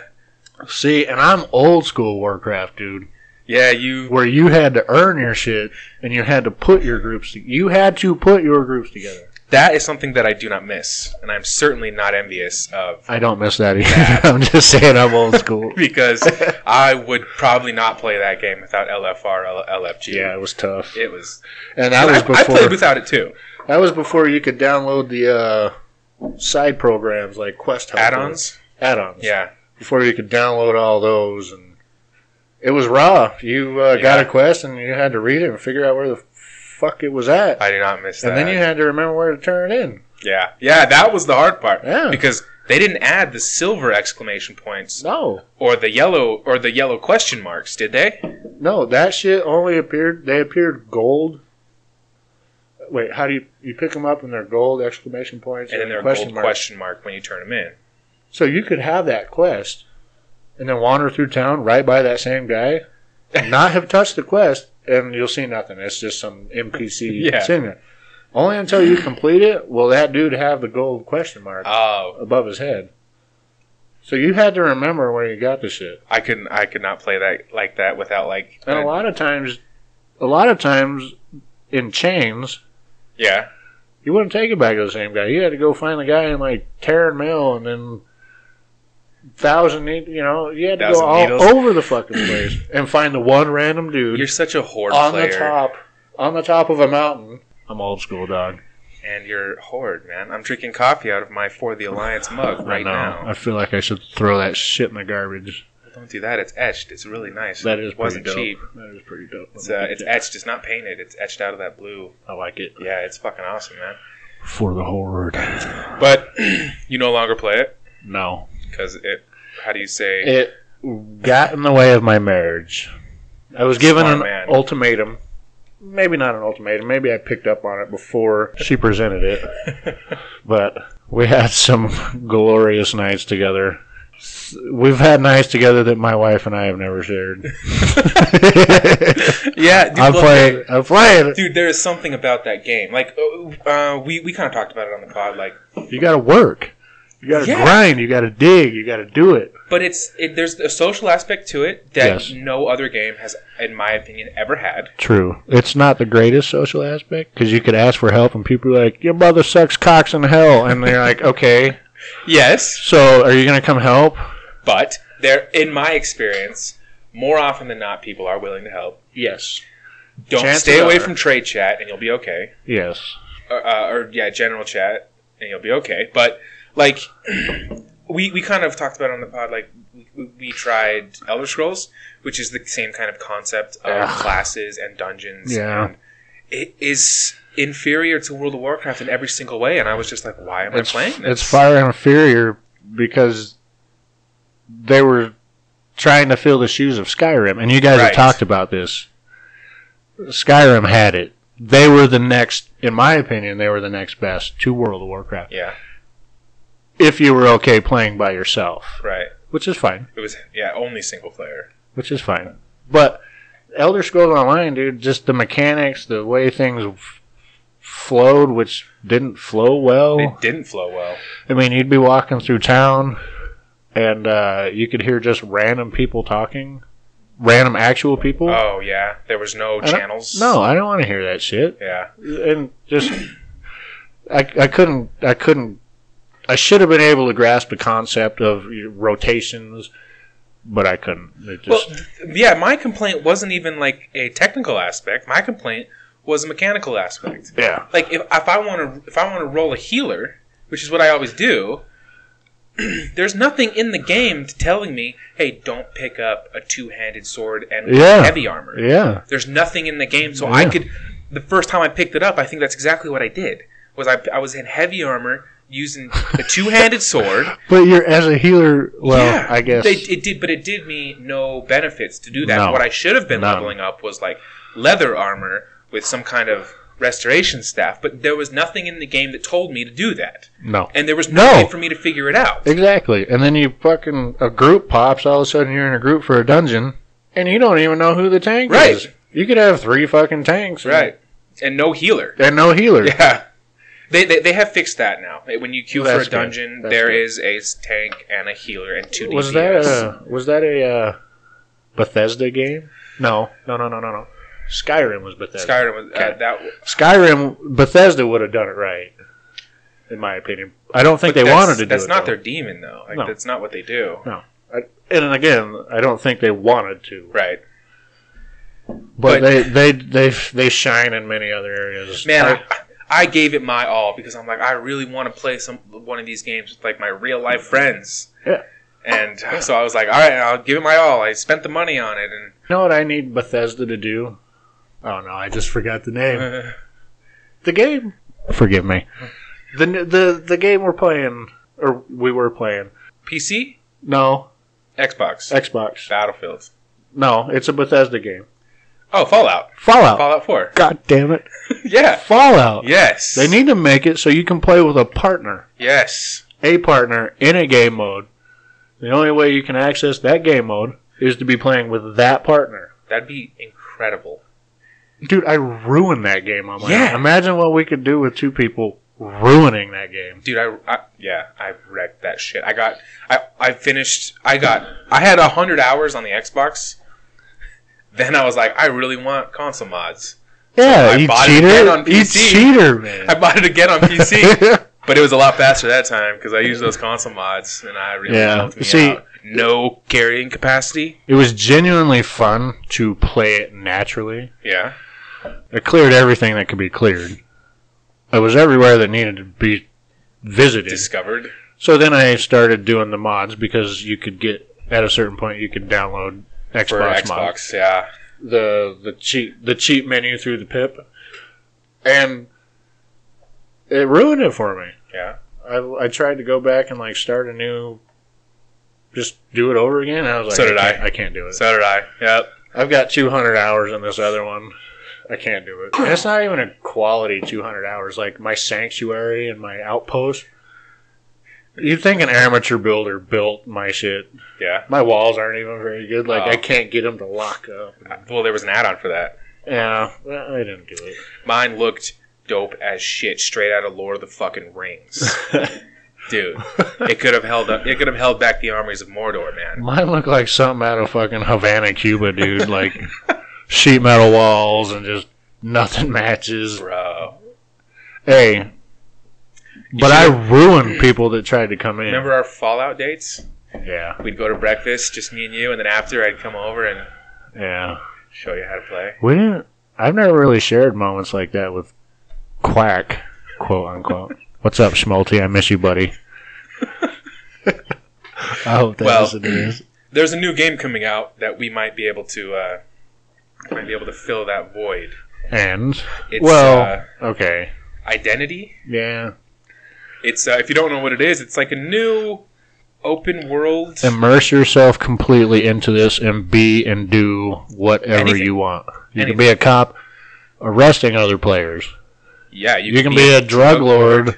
[SPEAKER 2] See, and I'm old school Warcraft, dude,
[SPEAKER 1] yeah you
[SPEAKER 2] where you had to earn your shit and you had to put your groups. To- you had to put your groups together.
[SPEAKER 1] that is something that I do not miss, and I'm certainly not envious of
[SPEAKER 2] I don't miss that either. I'm just saying I'm old school.
[SPEAKER 1] because I would probably not play that game without LFR L- LFG.
[SPEAKER 2] yeah, it was tough,
[SPEAKER 1] It was.
[SPEAKER 2] and that
[SPEAKER 1] I,
[SPEAKER 2] was
[SPEAKER 1] I
[SPEAKER 2] before.
[SPEAKER 1] played without it too.
[SPEAKER 2] that was before you could download the uh, side programs like Quest Helper.
[SPEAKER 1] Add-ons.
[SPEAKER 2] Add-ons.
[SPEAKER 1] Yeah.
[SPEAKER 2] Before you could download all those, and it was raw. You uh, got
[SPEAKER 1] Yeah.
[SPEAKER 2] a quest, and you had to read it and figure out where the fuck it was at,
[SPEAKER 1] I do not miss
[SPEAKER 2] and
[SPEAKER 1] that.
[SPEAKER 2] then you had to remember where to turn it in.
[SPEAKER 1] yeah. Yeah. That was the hard part.
[SPEAKER 2] Yeah.
[SPEAKER 1] Because they didn't add the silver exclamation points
[SPEAKER 2] No,
[SPEAKER 1] or the yellow or the yellow question marks, did they?
[SPEAKER 2] no, that shit only appeared. They appeared gold. Wait, how do you you pick them up and they're gold exclamation points
[SPEAKER 1] And then they're
[SPEAKER 2] question
[SPEAKER 1] gold
[SPEAKER 2] mark.
[SPEAKER 1] question mark when you turn them in.
[SPEAKER 2] So you could have that quest, and then wander through town right by that same guy, and not have touched the quest, and you'll see nothing. It's just some NPC
[SPEAKER 1] Yeah.
[SPEAKER 2] sitting there. Only until you complete it will that dude have the gold question mark
[SPEAKER 1] Oh,
[SPEAKER 2] above his head. So you had to remember where you got the shit.
[SPEAKER 1] I couldn't. I could not play that like that without like.
[SPEAKER 2] And a lot of times, a lot of times in chains,
[SPEAKER 1] yeah.
[SPEAKER 2] you wouldn't take it back to the same guy. You had to go find the guy in like Terran Mill and then thousand, need- you know, you had to go
[SPEAKER 1] Thousand
[SPEAKER 2] all
[SPEAKER 1] Needles.
[SPEAKER 2] over the fucking place and find the one random dude
[SPEAKER 1] You're such a horde
[SPEAKER 2] on
[SPEAKER 1] player,
[SPEAKER 2] the top, on the top of a mountain. I'm old school, dog.
[SPEAKER 1] and you're horde man. I'm drinking coffee out of my for the alliance mug right
[SPEAKER 2] I know.
[SPEAKER 1] now.
[SPEAKER 2] I feel like I should throw that shit in the garbage.
[SPEAKER 1] Don't do that. It's etched. It's really nice.
[SPEAKER 2] That is
[SPEAKER 1] it wasn't
[SPEAKER 2] pretty
[SPEAKER 1] cheap.
[SPEAKER 2] dope. That is pretty dope.
[SPEAKER 1] It's, uh, it's etched. It's not painted. It's etched out of that blue.
[SPEAKER 2] I like it
[SPEAKER 1] Yeah, it's fucking awesome, man.
[SPEAKER 2] for the horde.
[SPEAKER 1] But you no longer play it
[SPEAKER 2] No,
[SPEAKER 1] because it. How do you say?
[SPEAKER 2] it got in the way of my marriage. I was given
[SPEAKER 1] Smart
[SPEAKER 2] an
[SPEAKER 1] man.
[SPEAKER 2] ultimatum. Maybe not an ultimatum. Maybe I picked up on it before she presented it. but we had some glorious nights together. S- We've had nights together that my wife and I have never shared.
[SPEAKER 1] yeah, dude,
[SPEAKER 2] I'm
[SPEAKER 1] look,
[SPEAKER 2] playing. I'm playing.
[SPEAKER 1] Dude, there is something about that game. Like, uh, we we kind of talked about it on the pod. Like.
[SPEAKER 2] You got to work. You got to
[SPEAKER 1] Yeah.
[SPEAKER 2] grind. You got to dig. You got to do it.
[SPEAKER 1] But it's it, there's a social aspect to it that
[SPEAKER 2] Yes.
[SPEAKER 1] no other game has, in my opinion, ever had.
[SPEAKER 2] True. It's not the greatest social aspect because you could ask for help and people are like, "Your mother sucks cocks in hell," and they're like, "Okay,
[SPEAKER 1] Yes,
[SPEAKER 2] so are you gonna come help?"
[SPEAKER 1] but there, in my experience, more often than not, people are willing to help.
[SPEAKER 2] Yes.
[SPEAKER 1] Don't
[SPEAKER 2] Chances
[SPEAKER 1] stay away
[SPEAKER 2] are.
[SPEAKER 1] from trade chat, and you'll be okay.
[SPEAKER 2] Yes.
[SPEAKER 1] Or, uh, or yeah, general chat, and you'll be okay. But like, we we kind of talked about it on the pod. Like, we, we tried Elder Scrolls, which is the same kind of concept of
[SPEAKER 2] Ugh.
[SPEAKER 1] classes and dungeons.
[SPEAKER 2] Yeah.
[SPEAKER 1] and it is inferior to World of Warcraft in every single way, and I was just like, why am
[SPEAKER 2] It's
[SPEAKER 1] I playing this?
[SPEAKER 2] it's far inferior because they were trying to fill the shoes of Skyrim, and you guys
[SPEAKER 1] Right.
[SPEAKER 2] have talked about this. Skyrim had it. They were the next, in my opinion, they were the next best to World of Warcraft.
[SPEAKER 1] Yeah,
[SPEAKER 2] If you were okay playing by yourself,
[SPEAKER 1] right.
[SPEAKER 2] which is fine.
[SPEAKER 1] It was yeah, only single player.
[SPEAKER 2] which is fine. But Elder Scrolls Online, dude, just the mechanics, the way things f- flowed, which didn't flow well.
[SPEAKER 1] It didn't flow well.
[SPEAKER 2] I mean, you'd be walking through town, and uh, you could hear just random people talking, random actual people.
[SPEAKER 1] Oh yeah, there was no
[SPEAKER 2] I don't-
[SPEAKER 1] channels.
[SPEAKER 2] no, I don't want to hear that shit.
[SPEAKER 1] Yeah,
[SPEAKER 2] And just, I, I couldn't, I couldn't, I should have been able to grasp the concept of you know, rotations, but I couldn't. It
[SPEAKER 1] well,
[SPEAKER 2] just,
[SPEAKER 1] th- yeah. My complaint wasn't even like a technical aspect. My complaint was a mechanical aspect.
[SPEAKER 2] yeah,
[SPEAKER 1] Like if, if I want to if I want to roll a healer, which is what I always do, there's nothing in the game to telling me, hey, don't pick up a two handed sword and
[SPEAKER 2] Yeah.
[SPEAKER 1] heavy armor.
[SPEAKER 2] yeah,
[SPEAKER 1] There's nothing in the game, so I
[SPEAKER 2] Yeah.
[SPEAKER 1] could. The first time I picked it up, I think that's exactly what I did. Was I? I was in heavy armor using a two-handed sword.
[SPEAKER 2] But you're as a healer. Well,
[SPEAKER 1] Yeah,
[SPEAKER 2] I guess
[SPEAKER 1] They, it did, but it did me no benefits to do that.
[SPEAKER 2] No.
[SPEAKER 1] What I should have been
[SPEAKER 2] None.
[SPEAKER 1] leveling up was like leather armor with some kind of restoration staff, but there was nothing in the game that told me to do that,
[SPEAKER 2] no.
[SPEAKER 1] and there was no,
[SPEAKER 2] No.
[SPEAKER 1] way for me to figure it out.
[SPEAKER 2] Exactly. And then you fucking a group pops. All of a sudden, you're in a group for a dungeon, and you don't even know who the tank
[SPEAKER 1] Right.
[SPEAKER 2] is. You could have three fucking tanks, and-
[SPEAKER 1] Right, and no healer.
[SPEAKER 2] and no healer.
[SPEAKER 1] Yeah. They, they, they have fixed that now. When you queue
[SPEAKER 2] That's
[SPEAKER 1] for a
[SPEAKER 2] good.
[SPEAKER 1] dungeon,
[SPEAKER 2] That's
[SPEAKER 1] there
[SPEAKER 2] good.
[SPEAKER 1] is a tank and a healer and two DPS.
[SPEAKER 2] Was that a was that a uh, Bethesda game? No, no, no, no, no, no. Skyrim was Bethesda.
[SPEAKER 1] Skyrim was uh,
[SPEAKER 2] Okay.
[SPEAKER 1] that.
[SPEAKER 2] Skyrim Bethesda would have done it right, in my opinion. I don't think
[SPEAKER 1] but
[SPEAKER 2] they
[SPEAKER 1] that's-
[SPEAKER 2] wanted to.
[SPEAKER 1] That's
[SPEAKER 2] do it,
[SPEAKER 1] not
[SPEAKER 2] though.
[SPEAKER 1] their demon though. Like
[SPEAKER 2] No.
[SPEAKER 1] that's not what they do.
[SPEAKER 2] And then again, I don't think they wanted to.
[SPEAKER 1] Right. But-
[SPEAKER 2] But, they they they they shine in many other areas.
[SPEAKER 1] Man,
[SPEAKER 2] I-
[SPEAKER 1] I, I gave it my all because I'm like I really want to play some one of these games with like my real life friends.
[SPEAKER 2] Yeah.
[SPEAKER 1] And so I was like, all right, I'll give it my all. I spent the money on it, and
[SPEAKER 2] You know what I need Bethesda to do? Oh no, I just forgot the name. The game. Forgive me. The the the game we're playing or we were playing.
[SPEAKER 1] PC,
[SPEAKER 2] No,
[SPEAKER 1] Xbox,
[SPEAKER 2] Xbox.
[SPEAKER 1] Battlefield.
[SPEAKER 2] No, it's a Bethesda game.
[SPEAKER 1] Oh, Fallout,
[SPEAKER 2] Fallout.
[SPEAKER 1] Fallout Four.
[SPEAKER 2] God damn it.
[SPEAKER 1] Yeah.
[SPEAKER 2] Fallout.
[SPEAKER 1] Yes.
[SPEAKER 2] They need to make it so you can play with a partner,
[SPEAKER 1] Yes.
[SPEAKER 2] a partner in a game mode. The only way you can access that game mode is to be playing with that partner.
[SPEAKER 1] That'd be incredible.
[SPEAKER 2] Dude, I ruined that game on my
[SPEAKER 1] Yeah.
[SPEAKER 2] own. Imagine what we could do with two people ruining that game.
[SPEAKER 1] Dude, I, I yeah, I wrecked that shit. I got I I finished I got I had 100 hours on the Xbox. Then I was like, I really want console mods.
[SPEAKER 2] Yeah,
[SPEAKER 1] I
[SPEAKER 2] you
[SPEAKER 1] bought it again
[SPEAKER 2] cheater.
[SPEAKER 1] on
[SPEAKER 2] You
[SPEAKER 1] PC.
[SPEAKER 2] cheater, man.
[SPEAKER 1] I bought it again on PC, but it was a lot faster that time cuz I used those console mods and I really
[SPEAKER 2] Yeah.
[SPEAKER 1] helped me
[SPEAKER 2] See-
[SPEAKER 1] out. No carrying capacity.
[SPEAKER 2] it was genuinely fun to play it naturally.
[SPEAKER 1] Yeah.
[SPEAKER 2] It cleared everything that could be cleared. It was everywhere that needed to be visited.
[SPEAKER 1] Discovered.
[SPEAKER 2] So then I started doing the mods because you could get at a certain point you could download Xbox,
[SPEAKER 1] For
[SPEAKER 2] mods.
[SPEAKER 1] Xbox, yeah.
[SPEAKER 2] The the cheat the cheat menu through the pip. And it ruined it for me.
[SPEAKER 1] Yeah.
[SPEAKER 2] I, I tried to go back and like start a new just do it over again. I was like
[SPEAKER 1] So did
[SPEAKER 2] can't-
[SPEAKER 1] I.
[SPEAKER 2] I can't do it.
[SPEAKER 1] So did I. Yep.
[SPEAKER 2] I've got 200 hours in this other one. I can't do it. And it's not even a quality 200 hours. Like my sanctuary and my outpost. You'd think an amateur builder built my shit.
[SPEAKER 1] Yeah.
[SPEAKER 2] My walls aren't even very good. Like
[SPEAKER 1] Oh.
[SPEAKER 2] I can't get them to lock up.
[SPEAKER 1] Well, there was an add-on for that.
[SPEAKER 2] Yeah, well, I didn't do it.
[SPEAKER 1] Mine looked dope as shit, straight out of Lord of the fucking Rings. Dude, it could have held up. It could have held back the armies of Mordor, man.
[SPEAKER 2] Mine looked like something out of fucking Havana, Cuba, dude. Like sheet metal walls and just nothing matches.
[SPEAKER 1] Bro,
[SPEAKER 2] Hey, but I ruined people that tried to come in.
[SPEAKER 1] remember our Fallout dates?
[SPEAKER 2] Yeah,
[SPEAKER 1] We'd go to breakfast, just me and you, and then after I'd come over and
[SPEAKER 2] yeah.
[SPEAKER 1] show you how to play.
[SPEAKER 2] We didn't. I've never really shared moments like that with Quack, quote unquote. What's up, Schmalti? I miss you, buddy. I hope that
[SPEAKER 1] Well-
[SPEAKER 2] is what it is.
[SPEAKER 1] There's a new game coming out that we might be able to uh, might be able to fill that void.
[SPEAKER 2] And
[SPEAKER 1] It's
[SPEAKER 2] well, okay,
[SPEAKER 1] uh, Identity.
[SPEAKER 2] yeah,
[SPEAKER 1] It's uh, if you don't know what it is, it's like a new open world.
[SPEAKER 2] immerse yourself completely into this and be and do whatever
[SPEAKER 1] Anything.
[SPEAKER 2] you want. You can be a cop arresting other players.
[SPEAKER 1] yeah,
[SPEAKER 2] You, can be a drug lord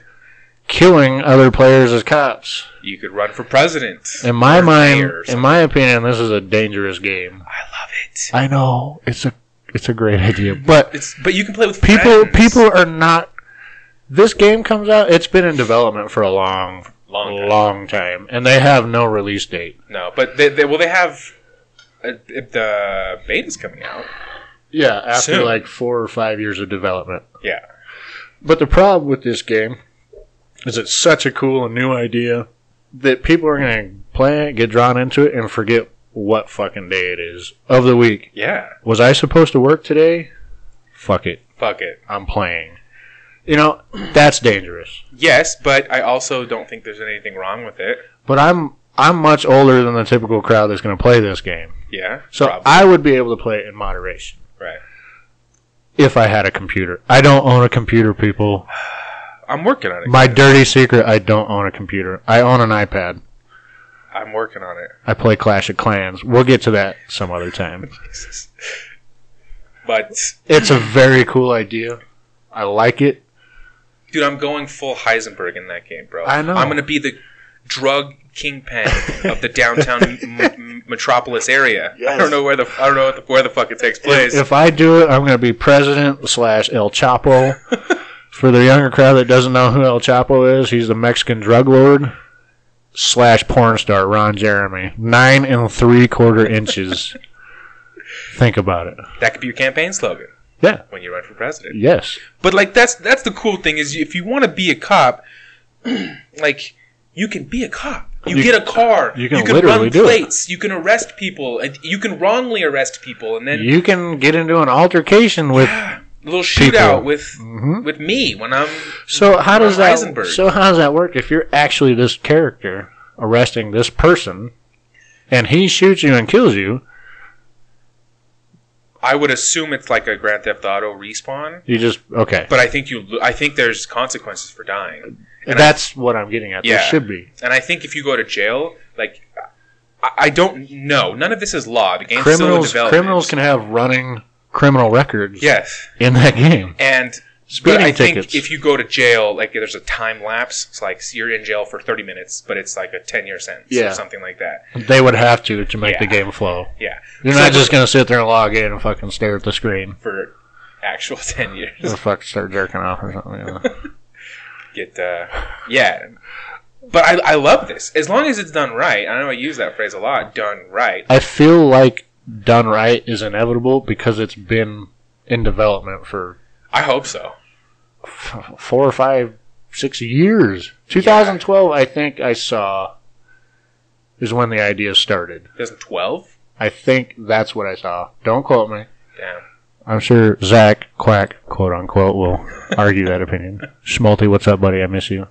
[SPEAKER 2] killing other players as cops.
[SPEAKER 1] You could run for president.
[SPEAKER 2] In my
[SPEAKER 1] Or
[SPEAKER 2] mind,
[SPEAKER 1] mayor or
[SPEAKER 2] in my opinion, this is a dangerous game.
[SPEAKER 1] I love it.
[SPEAKER 2] I know it's a it's a great idea, but
[SPEAKER 1] It's but you can play with
[SPEAKER 2] people
[SPEAKER 1] friends.
[SPEAKER 2] people are not. This game comes out. It's been in development for a long,
[SPEAKER 1] long time.
[SPEAKER 2] long time, and they have no release date.
[SPEAKER 1] no, but they, they well they have uh, if the beta's coming out.
[SPEAKER 2] Yeah, after
[SPEAKER 1] Soon.
[SPEAKER 2] like four or five years of development.
[SPEAKER 1] Yeah.
[SPEAKER 2] But the problem with this game is it's such a cool and new idea that people are going to play it, get drawn into it, and forget what fucking day it is of the week.
[SPEAKER 1] Yeah,
[SPEAKER 2] Was I supposed to work today? Fuck it.
[SPEAKER 1] fuck it.
[SPEAKER 2] I'm playing. You know, that's dangerous.
[SPEAKER 1] Yes, but I also don't think there's anything wrong with it.
[SPEAKER 2] But I'm I'm much older than the typical crowd that's going to play this game.
[SPEAKER 1] Yeah,
[SPEAKER 2] So
[SPEAKER 1] probably.
[SPEAKER 2] I would be able to play it in moderation
[SPEAKER 1] right.
[SPEAKER 2] if I had a computer. I don't own a computer, people.
[SPEAKER 1] I'm working on it.
[SPEAKER 2] My dirty secret: I don't own a computer. I own an iPad.
[SPEAKER 1] I'm working on it.
[SPEAKER 2] I play Clash of Clans. We'll get to that some other time.
[SPEAKER 1] Jesus. But
[SPEAKER 2] It's a very cool idea. I like it.
[SPEAKER 1] dude, I'm going full Heisenberg in that game, bro.
[SPEAKER 2] I know.
[SPEAKER 1] I'm gonna be the drug kingpin of the downtown m- m- metropolis area. I
[SPEAKER 2] Yes.
[SPEAKER 1] don't know where the I don't know what the, where the fuck it takes place.
[SPEAKER 2] If I do it, I'm going to be president slash El Chapo. For the younger crowd that doesn't know who El Chapo is, he's the Mexican drug lord slash porn star Ron Jeremy. Nine and three quarter inches. Think about it.
[SPEAKER 1] that could be your campaign slogan.
[SPEAKER 2] Yeah.
[SPEAKER 1] When you run for president.
[SPEAKER 2] Yes.
[SPEAKER 1] But like that's that's the cool thing is if you want to be a cop, like you can be a cop. You,
[SPEAKER 2] You-
[SPEAKER 1] get a car.
[SPEAKER 2] you can literally do it.
[SPEAKER 1] plates. You can arrest people. and You can wrongly arrest people, and then
[SPEAKER 2] You can get into an altercation with.
[SPEAKER 1] a little shootout
[SPEAKER 2] People.
[SPEAKER 1] with
[SPEAKER 2] Mhm.
[SPEAKER 1] with me when I'm
[SPEAKER 2] So how does that?
[SPEAKER 1] Heisenberg.
[SPEAKER 2] So how does that work? If you're actually this character arresting this person, and he shoots you and kills you,
[SPEAKER 1] I would assume it's like a Grand Theft Auto respawn,
[SPEAKER 2] you just okay.
[SPEAKER 1] but I think you lo- I think there's consequences for dying, And
[SPEAKER 2] That's what I'm getting at.
[SPEAKER 1] Yeah.
[SPEAKER 2] There should be
[SPEAKER 1] and I think if you go to jail, like I, I don't know, none of this is law. The game's still in
[SPEAKER 2] criminals.
[SPEAKER 1] development.
[SPEAKER 2] Criminals can have running criminal records
[SPEAKER 1] yes,
[SPEAKER 2] in that game.
[SPEAKER 1] and
[SPEAKER 2] Speeding
[SPEAKER 1] but I
[SPEAKER 2] tickets.
[SPEAKER 1] think if you go to jail, like there's a time lapse. It's like you're in jail for 30 minutes, but it's like a 10 year sentence
[SPEAKER 2] Yeah.
[SPEAKER 1] or something like that.
[SPEAKER 2] they would have to to make the
[SPEAKER 1] Yeah.
[SPEAKER 2] game flow.
[SPEAKER 1] Yeah,
[SPEAKER 2] You're
[SPEAKER 1] So-
[SPEAKER 2] not just gonna sit there and log in and fucking stare at the screen
[SPEAKER 1] for actual 10 years.
[SPEAKER 2] and fuck start jerking off or something. you know.
[SPEAKER 1] get uh yeah but I, I love this as long as it's done right i know i use that phrase a lot done right
[SPEAKER 2] I feel like done right is inevitable because it's been in development for
[SPEAKER 1] i hope so
[SPEAKER 2] f- four or five, six years. 2012, I think I saw is when the idea started.
[SPEAKER 1] 2012
[SPEAKER 2] I think that's what I saw. Don't quote me.
[SPEAKER 1] damn
[SPEAKER 2] I'm sure Zach Quack, quote unquote, will argue that opinion. Schmalti, what's up, buddy? I miss you.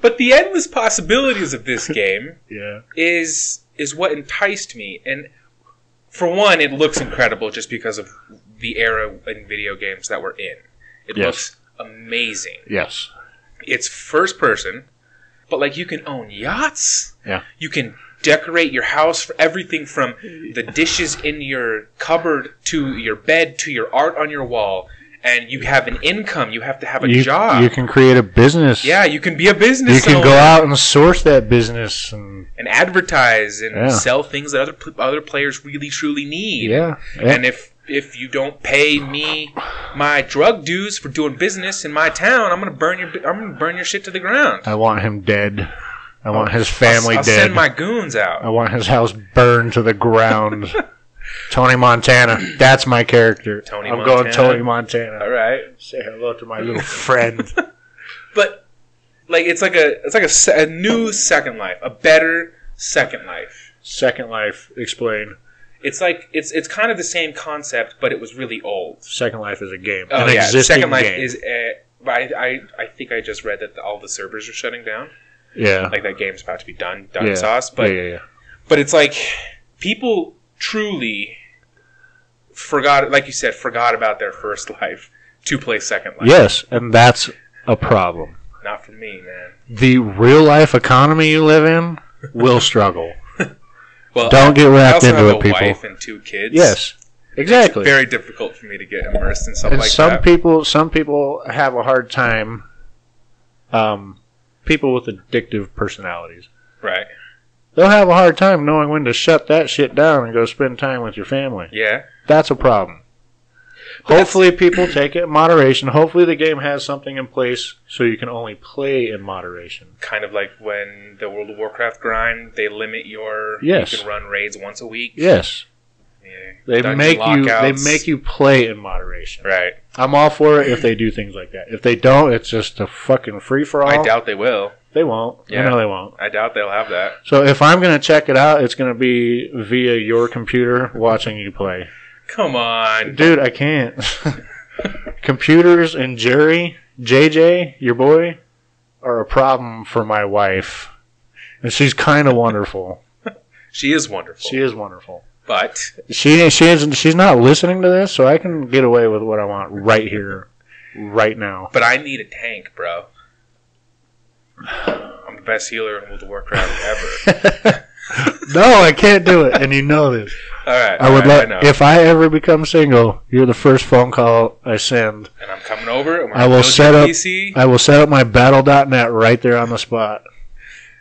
[SPEAKER 1] but the endless possibilities of this game
[SPEAKER 2] Yeah.
[SPEAKER 1] is is what enticed me and for one it looks incredible just because of the era in video games that we're in it
[SPEAKER 2] Yes.
[SPEAKER 1] looks amazing
[SPEAKER 2] Yes.
[SPEAKER 1] it's first person, but like you can own yachts.
[SPEAKER 2] Yeah.
[SPEAKER 1] You can decorate your house for everything from the dishes in your cupboard to your bed to your art on your wall. And you have an income. You have to have a
[SPEAKER 2] You,
[SPEAKER 1] job.
[SPEAKER 2] you can create a business.
[SPEAKER 1] yeah, you can be a business
[SPEAKER 2] You can
[SPEAKER 1] owner
[SPEAKER 2] go out and source that business and
[SPEAKER 1] and advertise and
[SPEAKER 2] Yeah.
[SPEAKER 1] sell things that other pl- other players really truly need.
[SPEAKER 2] yeah,
[SPEAKER 1] And if if you don't pay me my drug dues for doing business in my town, I'm gonna burn your bu- I'm gonna burn your shit to the ground.
[SPEAKER 2] I want him dead. I want his
[SPEAKER 1] I'll-
[SPEAKER 2] family
[SPEAKER 1] I'll
[SPEAKER 2] dead.
[SPEAKER 1] send my goons out.
[SPEAKER 2] I want his house burned to the ground. Tony Montana. That's my character.
[SPEAKER 1] Tony
[SPEAKER 2] I'm
[SPEAKER 1] Montana.
[SPEAKER 2] going Tony Montana.
[SPEAKER 1] All right,
[SPEAKER 2] Say hello to my little friend.
[SPEAKER 1] but like it's like a it's like a, se- a new Second Life, a better Second Life.
[SPEAKER 2] Second Life, explain.
[SPEAKER 1] It's like it's it's kind of the same concept, but it was really old.
[SPEAKER 2] Second Life is a game.
[SPEAKER 1] Oh
[SPEAKER 2] An
[SPEAKER 1] yeah,
[SPEAKER 2] existing
[SPEAKER 1] Second Life
[SPEAKER 2] game.
[SPEAKER 1] is. Uh, but I, I I think I just read that all the servers are shutting down.
[SPEAKER 2] yeah.
[SPEAKER 1] Like that game's about to be done, done
[SPEAKER 2] Yeah.
[SPEAKER 1] sauce. But
[SPEAKER 2] yeah, yeah, yeah.
[SPEAKER 1] but it's like people truly forgot, like you said, forgot about their first life to play Second Life.
[SPEAKER 2] Yes, and that's a problem.
[SPEAKER 1] Not for me, man.
[SPEAKER 2] The real life economy you live in will struggle.
[SPEAKER 1] Well,
[SPEAKER 2] Don't get
[SPEAKER 1] I
[SPEAKER 2] wrapped
[SPEAKER 1] also
[SPEAKER 2] into
[SPEAKER 1] have a
[SPEAKER 2] it, people.
[SPEAKER 1] wife and two kids.
[SPEAKER 2] Yes, exactly.
[SPEAKER 1] very difficult for me to get immersed in something
[SPEAKER 2] and
[SPEAKER 1] like
[SPEAKER 2] some
[SPEAKER 1] that.
[SPEAKER 2] people some people have a hard time um, people with addictive personalities
[SPEAKER 1] right.
[SPEAKER 2] they'll have a hard time knowing when to shut that shit down and go spend time with your family
[SPEAKER 1] Yeah.
[SPEAKER 2] that's a problem hopefully people take it in moderation hopefully the game has something in place so you can only play in moderation
[SPEAKER 1] Kind of like when the World of Warcraft grind, they limit your
[SPEAKER 2] Yes.
[SPEAKER 1] you can run raids once a week.
[SPEAKER 2] yes
[SPEAKER 1] Yeah.
[SPEAKER 2] they
[SPEAKER 1] Dungeon
[SPEAKER 2] make you they
[SPEAKER 1] lockouts.
[SPEAKER 2] make you play in moderation
[SPEAKER 1] Right.
[SPEAKER 2] i'm all for it if they do things like that if they don't it's just a fucking
[SPEAKER 1] I
[SPEAKER 2] free-for-all
[SPEAKER 1] doubt they will.
[SPEAKER 2] they won't
[SPEAKER 1] Yeah.
[SPEAKER 2] i know they won't
[SPEAKER 1] I doubt they'll have that.
[SPEAKER 2] So if I'm going to check it out, it's going to be via your computer watching you play.
[SPEAKER 1] Come on.
[SPEAKER 2] Dude, I can't. Computers and Jerry, JJ, your boy, are a problem for my wife. And she's kind of wonderful.
[SPEAKER 1] She is wonderful.
[SPEAKER 2] She is wonderful.
[SPEAKER 1] but
[SPEAKER 2] She she isn't she's not listening to this, so I can get away with what I want right here. right now.
[SPEAKER 1] But I need a tank, bro. I'm the best healer in World of Warcraft ever.
[SPEAKER 2] no, I can't do it, and you know this.
[SPEAKER 1] All right.
[SPEAKER 2] I would
[SPEAKER 1] all right,
[SPEAKER 2] love if I ever become single. You're the first phone call I send.
[SPEAKER 1] and I'm coming over. And we're
[SPEAKER 2] I
[SPEAKER 1] gonna
[SPEAKER 2] will
[SPEAKER 1] build
[SPEAKER 2] set
[SPEAKER 1] your
[SPEAKER 2] up-
[SPEAKER 1] PC.
[SPEAKER 2] I will set up my Battle.net right there on the spot.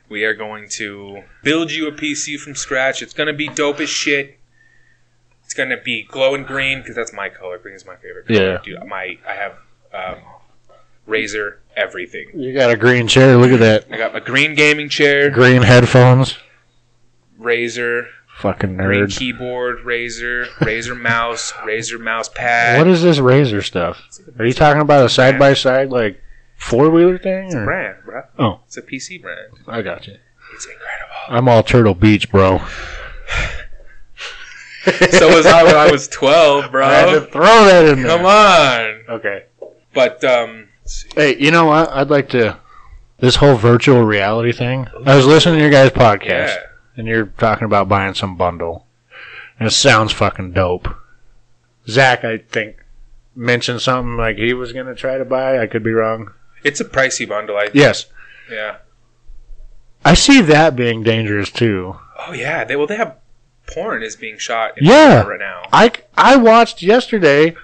[SPEAKER 1] We are going to build you a PC from scratch. It's gonna be dope as shit. It's gonna be glowing green because that's my color. Green is my favorite. Color.
[SPEAKER 2] Yeah.
[SPEAKER 1] Dude, my I have um, Razer everything.
[SPEAKER 2] You got a green chair. Look at that.
[SPEAKER 1] I got my green gaming chair,
[SPEAKER 2] Green headphones.
[SPEAKER 1] Razer,
[SPEAKER 2] Fucking
[SPEAKER 1] green
[SPEAKER 2] nerds.
[SPEAKER 1] keyboard, Razer, Razer mouse, Razer mouse pad.
[SPEAKER 2] What is this razor stuff? Are you talking about a side by side like four wheeler thing?
[SPEAKER 1] it's a
[SPEAKER 2] or-
[SPEAKER 1] brand, bro?
[SPEAKER 2] Hmm. Oh.
[SPEAKER 1] it's a PC brand.
[SPEAKER 2] I got you.
[SPEAKER 1] It's incredible.
[SPEAKER 2] I'm all Turtle Beach, bro.
[SPEAKER 1] so was I when I was twelve,
[SPEAKER 2] I had to
[SPEAKER 1] bro.
[SPEAKER 2] throw that in there.
[SPEAKER 1] Come on.
[SPEAKER 2] Okay.
[SPEAKER 1] But um, let's see.
[SPEAKER 2] Hey, you know what? I'd like to. This whole virtual reality thing. I was listening to your guys' podcast,
[SPEAKER 1] yeah.
[SPEAKER 2] and you're talking about buying some bundle, and it sounds fucking dope. Zach, I think, mentioned something like he was gonna try to buy. I could be wrong.
[SPEAKER 1] It's a pricey bundle, I
[SPEAKER 2] Yes,
[SPEAKER 1] yeah.
[SPEAKER 2] I see that being dangerous too.
[SPEAKER 1] Oh yeah, they well they have porn is being shot in
[SPEAKER 2] Yeah.
[SPEAKER 1] Florida right now.
[SPEAKER 2] I I watched yesterday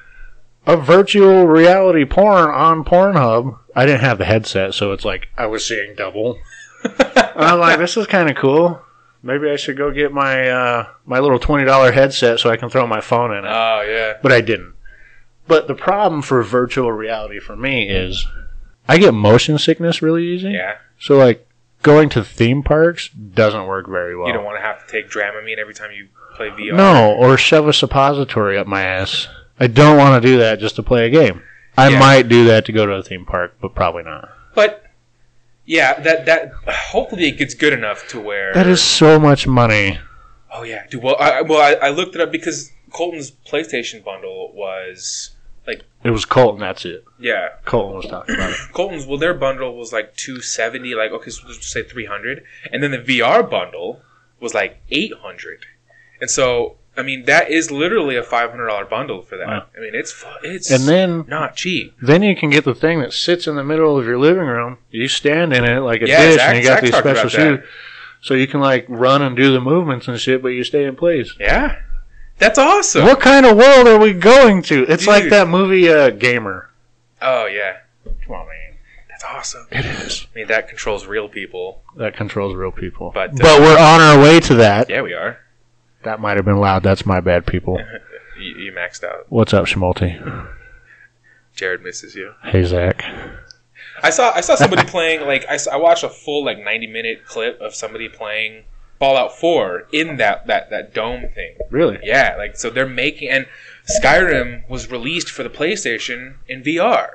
[SPEAKER 2] a virtual reality porn on Pornhub. I didn't have the headset, so it's like I was seeing double. And I'm like, this is kind of cool. Maybe I should go get my uh, my little twenty dollar headset so I can throw my phone in it.
[SPEAKER 1] Oh yeah.
[SPEAKER 2] But I didn't. But the problem for virtual reality for me is I get motion sickness really easy.
[SPEAKER 1] Yeah.
[SPEAKER 2] So like going to theme parks doesn't work very well.
[SPEAKER 1] You don't want to have to take Dramamine every time you play VR.
[SPEAKER 2] No, or shove a suppository up my ass. I don't want to do that just to play a game. I
[SPEAKER 1] Yeah.
[SPEAKER 2] might do that to go to a theme park, but probably not.
[SPEAKER 1] But yeah, that that hopefully it gets good enough to where
[SPEAKER 2] That is so much money.
[SPEAKER 1] Oh yeah, dude. Well, I I- well I, I looked it up because Colton's PlayStation bundle was
[SPEAKER 2] It was Colton, that's it.
[SPEAKER 1] yeah.
[SPEAKER 2] Colton was talking about it.
[SPEAKER 1] Colton's well their bundle was like 270 like okay so let's just say 300 and then the VR bundle was like 800 and so I mean that is literally a $500 bundle for that
[SPEAKER 2] Wow.
[SPEAKER 1] I mean it's fu- it's
[SPEAKER 2] And then
[SPEAKER 1] not cheap
[SPEAKER 2] then you can get the thing that sits in the middle of your living room. You stand in it like a
[SPEAKER 1] Yeah,
[SPEAKER 2] dish
[SPEAKER 1] Zach-
[SPEAKER 2] and you got
[SPEAKER 1] Zach
[SPEAKER 2] these
[SPEAKER 1] talked
[SPEAKER 2] special
[SPEAKER 1] about that.
[SPEAKER 2] shoes. So you can like run and do the movements and shit, but you stay in place.
[SPEAKER 1] yeah that's awesome
[SPEAKER 2] What kind of world are we going to? It's like
[SPEAKER 1] Dude.
[SPEAKER 2] that movie uh, Gamer.
[SPEAKER 1] oh yeah
[SPEAKER 2] Come on, man.
[SPEAKER 1] that's awesome
[SPEAKER 2] It is.
[SPEAKER 1] I mean that controls real people
[SPEAKER 2] That controls real people.
[SPEAKER 1] But, uh,
[SPEAKER 2] but we're on our way to that.
[SPEAKER 1] yeah we are
[SPEAKER 2] That might have been loud. That's my bad, people.
[SPEAKER 1] you, you maxed out
[SPEAKER 2] What's up, Schmalti?
[SPEAKER 1] Jared misses you
[SPEAKER 2] Hey, Zach.
[SPEAKER 1] I saw I saw somebody playing like I, s- I watched a full like 90 minute clip of somebody playing Fallout 4 in that that that dome thing
[SPEAKER 2] Really?
[SPEAKER 1] Yeah, like so they're making and Skyrim was released for the PlayStation in VR.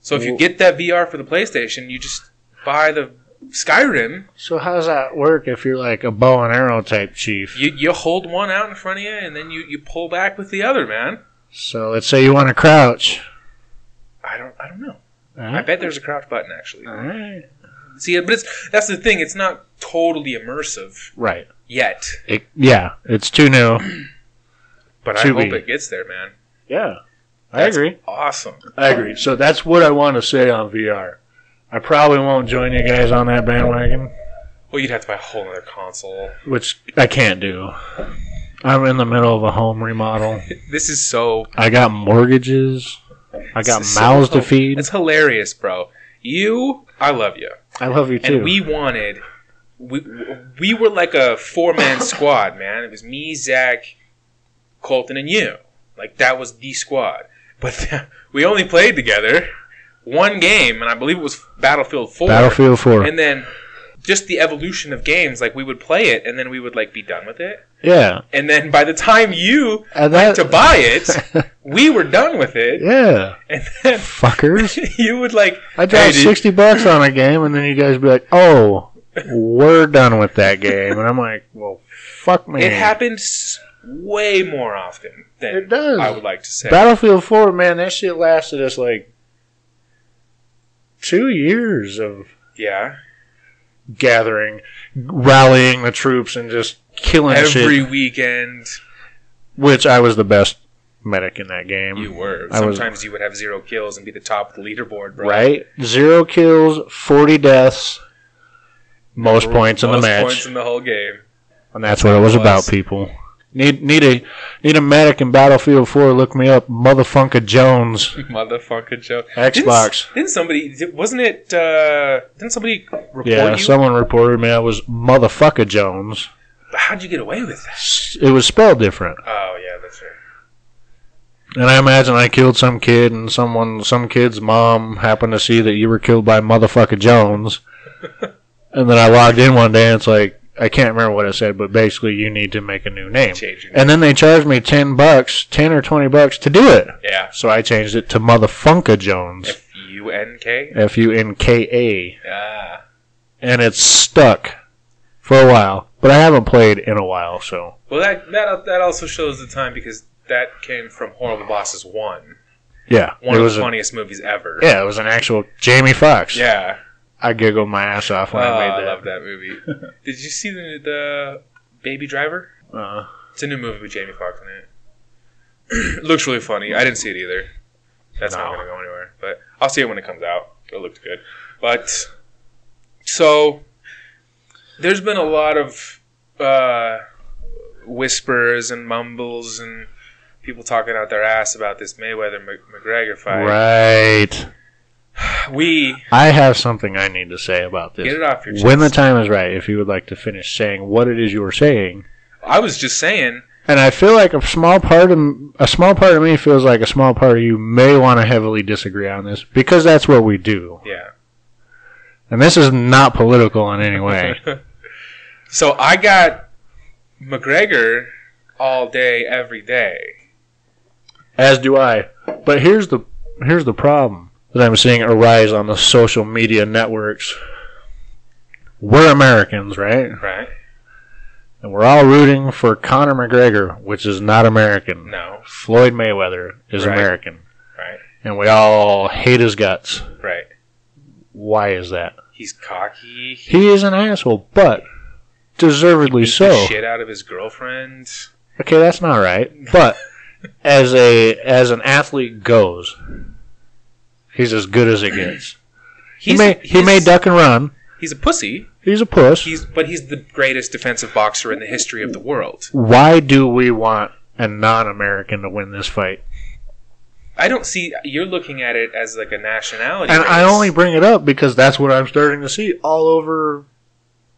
[SPEAKER 1] So if you
[SPEAKER 2] Wh-
[SPEAKER 1] get that VR for the PlayStation, you just buy the Skyrim.
[SPEAKER 2] So how does that work if you're like a bow and arrow type chief?
[SPEAKER 1] You you hold one out in front of you and then you you pull back with the other, man.
[SPEAKER 2] So let's say you want to crouch.
[SPEAKER 1] I don't I don't know. I
[SPEAKER 2] Alright.
[SPEAKER 1] bet there's a crouch button actually.
[SPEAKER 2] Alright.
[SPEAKER 1] See, but it's that's the thing. It's not totally immersive
[SPEAKER 2] Right.
[SPEAKER 1] yet,
[SPEAKER 2] It, yeah, it's too new.
[SPEAKER 1] but I
[SPEAKER 2] To
[SPEAKER 1] hope
[SPEAKER 2] be.
[SPEAKER 1] it gets there, man.
[SPEAKER 2] Yeah. I
[SPEAKER 1] That's
[SPEAKER 2] agree.
[SPEAKER 1] Awesome.
[SPEAKER 2] I agree. So that's what I want to say on VR. I probably won't join you guys on that bandwagon,
[SPEAKER 1] Well, you'd have to buy a whole other console.
[SPEAKER 2] which I can't do. I'm in the middle of a home remodel.
[SPEAKER 1] This is so
[SPEAKER 2] I got mortgages. I got
[SPEAKER 1] It's so
[SPEAKER 2] mouths to
[SPEAKER 1] hel-
[SPEAKER 2] feed.
[SPEAKER 1] It's hilarious, bro. You, I love you,
[SPEAKER 2] I love you too.
[SPEAKER 1] and we wanted. We we were like a four man squad, man. It was me, Zach, Colton, and you. Like that was the squad. But we only played together one game, and I believe it was Battlefield Four.
[SPEAKER 2] Battlefield 4.
[SPEAKER 1] And then just the evolution of games. Like we would play it, and then we would like be done with it.
[SPEAKER 2] yeah.
[SPEAKER 1] And then by the time you
[SPEAKER 2] And
[SPEAKER 1] went
[SPEAKER 2] that-
[SPEAKER 1] to buy it, we were done with it.
[SPEAKER 2] yeah.
[SPEAKER 1] And then
[SPEAKER 2] Fuckers.
[SPEAKER 1] you would like
[SPEAKER 2] I dropped
[SPEAKER 1] Hey, did-
[SPEAKER 2] 60 bucks on a game, and then you guys be like, oh, we're done with that game. And I'm like, well, fuck me.
[SPEAKER 1] It happens way more often than
[SPEAKER 2] It does.
[SPEAKER 1] I would like to say.
[SPEAKER 2] Battlefield 4, man, that shit lasted us like two years of
[SPEAKER 1] yeah.
[SPEAKER 2] gathering, rallying the troops, and just killing shit.
[SPEAKER 1] Every weekend.
[SPEAKER 2] Which I was the best medic in that game.
[SPEAKER 1] You were.
[SPEAKER 2] Um, I was-
[SPEAKER 1] Sometimes you would have zero kills and be the top of the leaderboard, bro.
[SPEAKER 2] right? Zero kills, forty deaths, most points in the
[SPEAKER 1] Most
[SPEAKER 2] match,
[SPEAKER 1] points in the whole game.
[SPEAKER 2] and that's what it was
[SPEAKER 1] Was.
[SPEAKER 2] about, people. Need need a need a medic in Battlefield Four. Look me up, Motherfunker Jones,
[SPEAKER 1] Motherfucker, Joe.
[SPEAKER 2] Xbox.
[SPEAKER 1] Didn't, didn't somebody? di- Wasn't it? Uh, didn't somebody report
[SPEAKER 2] Yeah,
[SPEAKER 1] you?
[SPEAKER 2] someone reported me. I was Motherfucker Jones.
[SPEAKER 1] How'd you get away with that?
[SPEAKER 2] S- It was spelled different.
[SPEAKER 1] Oh yeah, that's right.
[SPEAKER 2] And I imagine I killed some kid, and someone, some kid's mom happened to see that you were killed by motherfucker Jones. and then I logged in one day, and it's like I can't remember what it said, but basically you need to make a new name.
[SPEAKER 1] Change your name.
[SPEAKER 2] And then they charged me ten bucks, ten or twenty bucks to do it.
[SPEAKER 1] Yeah.
[SPEAKER 2] So I changed it to motherfunka Jones,
[SPEAKER 1] F U N K.
[SPEAKER 2] F U N K A,
[SPEAKER 1] Ah.
[SPEAKER 2] and it's stuck for a while. But I haven't played in a while, so
[SPEAKER 1] Well, that that that also shows the time because that came from Horrible Bosses One,
[SPEAKER 2] yeah,
[SPEAKER 1] one
[SPEAKER 2] it
[SPEAKER 1] of
[SPEAKER 2] was
[SPEAKER 1] the
[SPEAKER 2] a,
[SPEAKER 1] funniest movies ever.
[SPEAKER 2] yeah, it was an actual Jamie Foxx.
[SPEAKER 1] Yeah.
[SPEAKER 2] I giggled my ass off
[SPEAKER 1] Oh,
[SPEAKER 2] when I
[SPEAKER 1] I
[SPEAKER 2] made that.
[SPEAKER 1] love that movie. Did you see the the Baby Driver?
[SPEAKER 2] Uh,
[SPEAKER 1] It's a new movie with Jamie Foxx in it. Looks really funny. I didn't see it either. That's not
[SPEAKER 2] No.
[SPEAKER 1] going to go anywhere. But I'll see it when it comes out. It looked good. But so there's been a lot of uh, whispers and mumbles and people talking out their ass about this Mayweather Mc- McGregor fight.
[SPEAKER 2] right.
[SPEAKER 1] We
[SPEAKER 2] I have something I need to say about
[SPEAKER 1] get
[SPEAKER 2] this.
[SPEAKER 1] it off your chest.
[SPEAKER 2] When the time is right, if you would like to finish saying what it is you were saying,
[SPEAKER 1] I was just saying.
[SPEAKER 2] and I feel like a small part of a small part of me feels like a small part of you may want to heavily disagree on this because that's what we do,
[SPEAKER 1] Yeah.
[SPEAKER 2] and this is not political in any way.
[SPEAKER 1] so I got McGregor all day, every day.
[SPEAKER 2] As do I. But here's the here's the problem that I'm seeing arise on the social media networks. We're Americans, right?
[SPEAKER 1] Right?
[SPEAKER 2] And we're all rooting for Conor McGregor, which is not American.
[SPEAKER 1] No.
[SPEAKER 2] Floyd Mayweather is
[SPEAKER 1] Right.
[SPEAKER 2] American.
[SPEAKER 1] Right.
[SPEAKER 2] And we all hate his guts.
[SPEAKER 1] Right.
[SPEAKER 2] Why is that?
[SPEAKER 1] He's cocky. He
[SPEAKER 2] He is an asshole, but deservedly
[SPEAKER 1] beat
[SPEAKER 2] so.
[SPEAKER 1] the shit out of his girlfriend.
[SPEAKER 2] Okay, that's not right. But as a as an athlete goes, he's as good as it gets. he
[SPEAKER 1] He's-
[SPEAKER 2] may he
[SPEAKER 1] he's-
[SPEAKER 2] may duck and run.
[SPEAKER 1] He's a pussy.
[SPEAKER 2] He's a puss.
[SPEAKER 1] He's but he's the greatest defensive boxer in the history of the world.
[SPEAKER 2] Why do we want a non-American to win this fight?
[SPEAKER 1] I don't see you're looking at it as like a nationality.
[SPEAKER 2] And I
[SPEAKER 1] race,
[SPEAKER 2] only bring it up because that's what I'm starting to see all over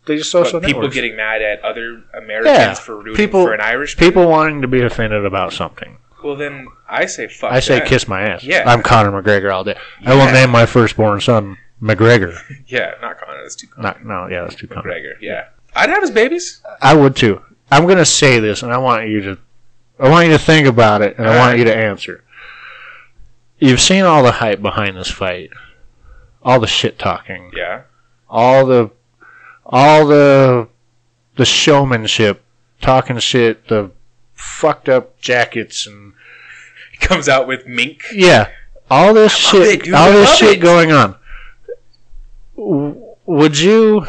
[SPEAKER 2] these
[SPEAKER 1] but
[SPEAKER 2] social
[SPEAKER 1] people
[SPEAKER 2] networks.
[SPEAKER 1] getting mad at other Americans
[SPEAKER 2] Yeah.
[SPEAKER 1] for rooting
[SPEAKER 2] People-
[SPEAKER 1] for an Irish.
[SPEAKER 2] people wanting to be offended about something.
[SPEAKER 1] Well, then I say fuck.
[SPEAKER 2] I say
[SPEAKER 1] that.
[SPEAKER 2] kiss my ass.
[SPEAKER 1] Oh, Yeah.
[SPEAKER 2] I'm Conor McGregor all day. I will
[SPEAKER 1] Yeah.
[SPEAKER 2] name my firstborn son McGregor.
[SPEAKER 1] Yeah, not Connor. That's too
[SPEAKER 2] Not no, yeah, that's too common.
[SPEAKER 1] McGregor. Yeah, I'd have his babies.
[SPEAKER 2] I would too. I'm gonna say this, and I want you to, I want you to think about it, and I want
[SPEAKER 1] Alright.
[SPEAKER 2] you to answer. You've seen all the hype behind this fight, all the shit talking,
[SPEAKER 1] Yeah.
[SPEAKER 2] all the, all the, the showmanship, talking shit, the fucked up jackets and
[SPEAKER 1] He comes out with mink.
[SPEAKER 2] Yeah, all this
[SPEAKER 1] I love
[SPEAKER 2] shit,
[SPEAKER 1] it, dude.
[SPEAKER 2] all
[SPEAKER 1] I
[SPEAKER 2] this
[SPEAKER 1] love
[SPEAKER 2] shit
[SPEAKER 1] it.
[SPEAKER 2] going on. W- Would you,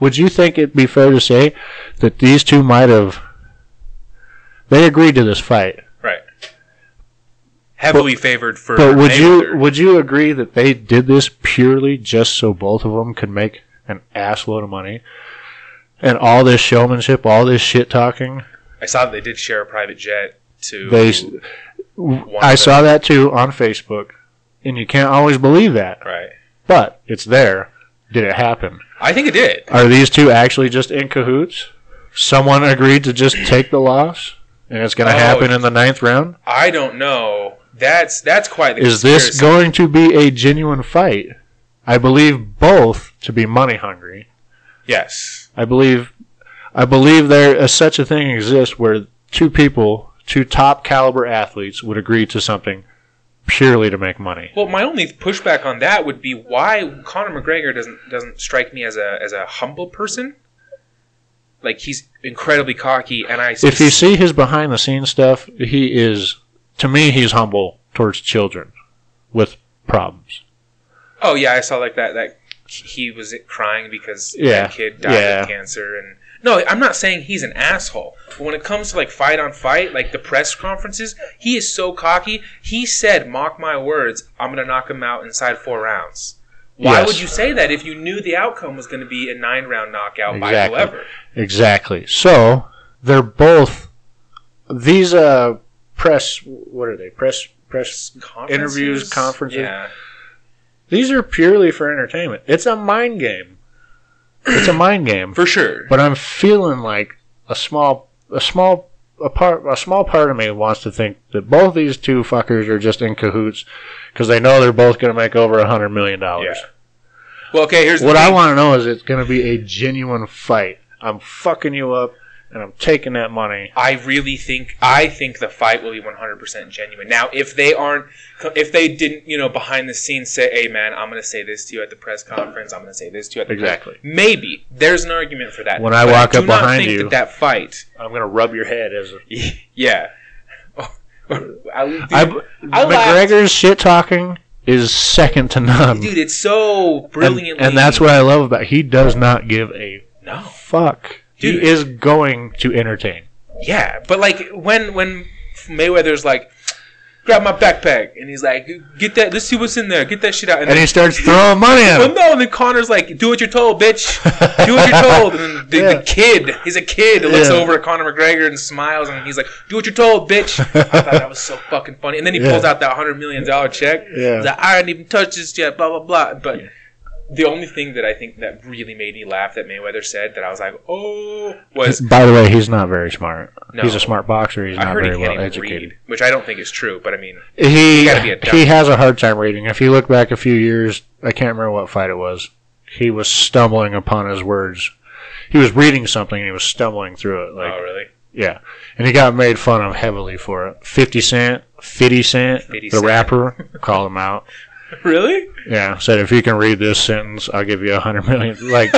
[SPEAKER 2] would you think it'd be fair to say that these two might have? They agreed to this fight,
[SPEAKER 1] Heavily favored for
[SPEAKER 2] but would you
[SPEAKER 1] Mayweather.
[SPEAKER 2] would you agree that they did this purely just so both of them could make an assload of money? And all this showmanship, all this shit talking.
[SPEAKER 1] I saw that they did share a private jet to.
[SPEAKER 2] They, s- I
[SPEAKER 1] the-
[SPEAKER 2] saw that too on Facebook, and you can't always believe that,
[SPEAKER 1] right.
[SPEAKER 2] but it's there. Did it happen?
[SPEAKER 1] I think it did.
[SPEAKER 2] Are these two actually just in cahoots? Someone agreed to just take the loss, and it's going to
[SPEAKER 1] Oh,
[SPEAKER 2] happen in the ninth round.
[SPEAKER 1] I don't know. That's that's quite the
[SPEAKER 2] Is this
[SPEAKER 1] conspiracy.
[SPEAKER 2] going to be a genuine fight? I believe both to be money hungry.
[SPEAKER 1] yes.
[SPEAKER 2] I believe, I believe there is such a thing exists where two people, two top caliber athletes, would agree to something purely to make money.
[SPEAKER 1] Well, my only pushback on that would be why Conor McGregor doesn't doesn't strike me as a as a humble person. Like he's incredibly cocky, and I
[SPEAKER 2] If you see his behind the scenes stuff, he is, to me, he's humble towards children with problems.
[SPEAKER 1] Oh yeah, I saw like that. That he was crying because
[SPEAKER 2] Yeah,
[SPEAKER 1] that kid died
[SPEAKER 2] yeah.
[SPEAKER 1] of cancer, and No, I'm not saying he's an asshole. But when it comes to like fight on fight, like the press conferences, he is so cocky. He said, "Mock my words, I'm gonna knock him out inside four rounds." Why
[SPEAKER 2] Yes.
[SPEAKER 1] would you say that if you knew the outcome was going to be a nine round knockout by
[SPEAKER 2] Exactly.
[SPEAKER 1] whoever?
[SPEAKER 2] Exactly. So they're both these uh press. What are they? Press press. Interviews, conferences.
[SPEAKER 1] Yeah.
[SPEAKER 2] These are purely for entertainment. It's a mind game. It's a mind game.
[SPEAKER 1] For sure.
[SPEAKER 2] But I'm feeling like a small a small a part a small part of me wants to think that both these two fuckers are just in cahoots because they know they're both going to make over a hundred million dollars.
[SPEAKER 1] Well, okay, here's
[SPEAKER 2] What
[SPEAKER 1] the
[SPEAKER 2] I
[SPEAKER 1] thing.
[SPEAKER 2] want to know is it's going to be a genuine fight. I'm fucking you up, and I'm taking that money.
[SPEAKER 1] I really think I think the fight will be 100% genuine. Now, if they aren't if they didn't, you know, behind the scenes say, "Hey man, I'm going to say this to you at the press conference. I'm going to say this to you at the press-"
[SPEAKER 2] Exactly.
[SPEAKER 1] Maybe there's an argument for that.
[SPEAKER 2] When I
[SPEAKER 1] But
[SPEAKER 2] walk
[SPEAKER 1] do
[SPEAKER 2] up
[SPEAKER 1] not
[SPEAKER 2] behind
[SPEAKER 1] think
[SPEAKER 2] you-
[SPEAKER 1] that, that fight.
[SPEAKER 2] I'm going to rub your head as a
[SPEAKER 1] yeah. I, dude,
[SPEAKER 2] I,
[SPEAKER 1] I laughed.
[SPEAKER 2] McGregor's shit talking is second to none.
[SPEAKER 1] dude, it's so
[SPEAKER 2] and,
[SPEAKER 1] brilliantly
[SPEAKER 2] and that's what I love about he does not give a
[SPEAKER 1] No.
[SPEAKER 2] fuck.
[SPEAKER 1] Dude.
[SPEAKER 2] He is going to entertain.
[SPEAKER 1] Yeah, but like when when Mayweather's like, grab my backpack, and he's like, get that. Let's see what's in there. Get that shit out.
[SPEAKER 2] And he starts throwing money at
[SPEAKER 1] Well,
[SPEAKER 2] him.
[SPEAKER 1] no, and then Connor's like, "Do what you're told, bitch. Do what you're told." And then the,
[SPEAKER 2] Yeah.
[SPEAKER 1] the kid, he's a kid, looks
[SPEAKER 2] Yeah.
[SPEAKER 1] over at Connor McGregor and smiles, and he's like, "Do what you're told, bitch." I thought that was so fucking funny. And then he
[SPEAKER 2] Yeah.
[SPEAKER 1] pulls out that hundred million dollar check.
[SPEAKER 2] Yeah.
[SPEAKER 1] He's like, "I didn't even touch this yet." Blah blah blah. But the only thing that I think that really made me laugh that Mayweather said that I was like, "Oh," was
[SPEAKER 2] By the way, he's not very smart.
[SPEAKER 1] No.
[SPEAKER 2] He's a smart boxer. He's
[SPEAKER 1] I
[SPEAKER 2] not
[SPEAKER 1] heard he
[SPEAKER 2] very
[SPEAKER 1] can't
[SPEAKER 2] well
[SPEAKER 1] even
[SPEAKER 2] educated.
[SPEAKER 1] read, which I don't think is true. But I mean,
[SPEAKER 2] He
[SPEAKER 1] gotta be a dummy.
[SPEAKER 2] he has a hard time reading. If you look back a few years, I can't remember what fight it was. He was stumbling upon his words. He was reading something and he was stumbling through it. Like
[SPEAKER 1] oh really?
[SPEAKER 2] Yeah, and he got made fun of heavily for it. Fifty Cent, Fifty Cent,
[SPEAKER 1] 50
[SPEAKER 2] the
[SPEAKER 1] Cent.
[SPEAKER 2] rapper, called him out.
[SPEAKER 1] Really?
[SPEAKER 2] Yeah, said if you can read this sentence, I'll give you a hundred million. Like,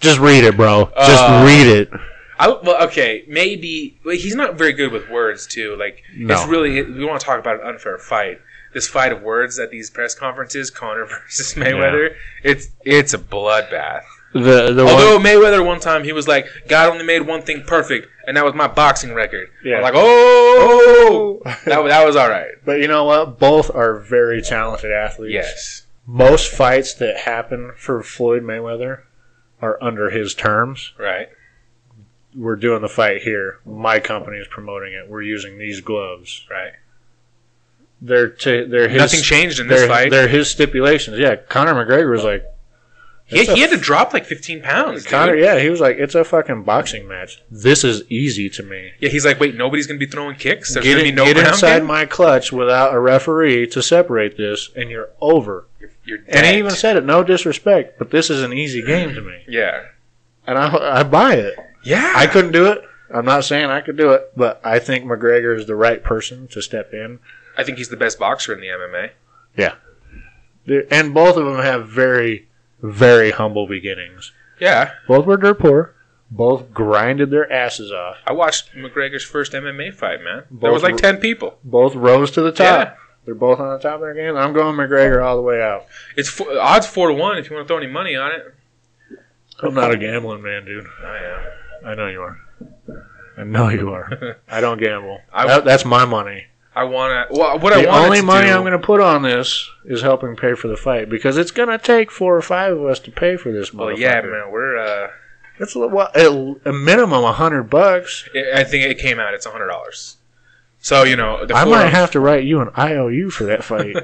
[SPEAKER 2] just read it, bro. Just
[SPEAKER 1] Uh,
[SPEAKER 2] read it.
[SPEAKER 1] I, well, okay, maybe well, he's not very good with words too. Like
[SPEAKER 2] No.
[SPEAKER 1] it's really we want to talk about an unfair fight. This fight of words at these press conferences, Connor versus Mayweather, it's it's a bloodbath.
[SPEAKER 2] The the
[SPEAKER 1] Although
[SPEAKER 2] one,
[SPEAKER 1] Mayweather one time he was like, God only made one thing perfect, and that was my boxing record.
[SPEAKER 2] Yeah.
[SPEAKER 1] I'm like, oh, that wa- that was all right.
[SPEAKER 2] but you know what? Both are very talented athletes.
[SPEAKER 1] Yes,
[SPEAKER 2] Most fights that happen for Floyd Mayweather are under his terms.
[SPEAKER 1] right.
[SPEAKER 2] We're doing the fight here. My company is promoting it. We're using these gloves.
[SPEAKER 1] Right.
[SPEAKER 2] They're to they're his
[SPEAKER 1] Nothing changed in this
[SPEAKER 2] they're,
[SPEAKER 1] fight.
[SPEAKER 2] they're his stipulations. Yeah, Conor McGregor was like,
[SPEAKER 1] he,
[SPEAKER 2] it's a
[SPEAKER 1] he had to drop like 15 pounds. dude.
[SPEAKER 2] Conor, yeah, he was like, it's a fucking boxing match. This is easy to me.
[SPEAKER 1] Yeah, he's like, wait, nobody's gonna be throwing kicks. There's
[SPEAKER 2] get
[SPEAKER 1] gonna
[SPEAKER 2] in-
[SPEAKER 1] be no
[SPEAKER 2] get
[SPEAKER 1] ground
[SPEAKER 2] inside
[SPEAKER 1] game?
[SPEAKER 2] my clutch without a referee to separate this, and you're over.
[SPEAKER 1] You're dead.
[SPEAKER 2] And he even said it, no disrespect, but this is an easy game to me,
[SPEAKER 1] yeah,
[SPEAKER 2] and I I buy it.
[SPEAKER 1] yeah.
[SPEAKER 2] I couldn't do it. I'm not saying I could do it, but I think McGregor is the right person to step in.
[SPEAKER 1] I think he's the best boxer in the MMA.
[SPEAKER 2] They're- And both of them have very, very humble beginnings.
[SPEAKER 1] Yeah,
[SPEAKER 2] Both were dirt poor. Both grinded their asses off.
[SPEAKER 1] I watched McGregor's first MMA fight, man. there
[SPEAKER 2] Both
[SPEAKER 1] was like
[SPEAKER 2] were-
[SPEAKER 1] ten people.
[SPEAKER 2] both rose to the top.
[SPEAKER 1] Yeah.
[SPEAKER 2] They're both on the top of their game. I'm going McGregor all the way out.
[SPEAKER 1] It's four, odds four to one if you want to throw any money on it.
[SPEAKER 2] I'm not a gambling man, dude.
[SPEAKER 1] I am.
[SPEAKER 2] I know you are. I know you are. I don't gamble.
[SPEAKER 1] I-
[SPEAKER 2] That- that's my money.
[SPEAKER 1] I want to. Well, what I
[SPEAKER 2] The
[SPEAKER 1] want
[SPEAKER 2] only
[SPEAKER 1] to
[SPEAKER 2] money
[SPEAKER 1] do,
[SPEAKER 2] I'm going to put on this is helping pay for the fight because it's going to take four or five of us to pay for this.
[SPEAKER 1] Well,
[SPEAKER 2] motherfucker.
[SPEAKER 1] Oh, yeah, man. We're. Uh,
[SPEAKER 2] It's a, well, a, a minimum a hundred bucks.
[SPEAKER 1] it, I think it came out. It's hundred dollars. So you know, the
[SPEAKER 2] I
[SPEAKER 1] four-
[SPEAKER 2] might have to write you an IOU for that fight.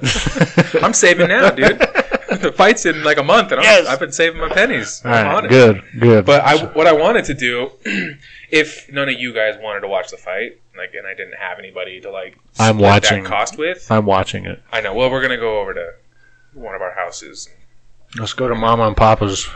[SPEAKER 1] I'm saving now, dude. the fight's in like a month, and I'm,
[SPEAKER 2] Yes.
[SPEAKER 1] I've been saving my pennies.
[SPEAKER 2] All
[SPEAKER 1] I'm on
[SPEAKER 2] right,
[SPEAKER 1] it.
[SPEAKER 2] good, good.
[SPEAKER 1] But I, what I wanted to do, if none of you guys wanted to watch the fight, like, and I didn't have anybody to like,
[SPEAKER 2] I'm
[SPEAKER 1] split
[SPEAKER 2] watching.
[SPEAKER 1] that cost with.
[SPEAKER 2] I'm watching it.
[SPEAKER 1] I know. Well, we're gonna go over to one of our houses.
[SPEAKER 2] Let's go to Mama and Papa's.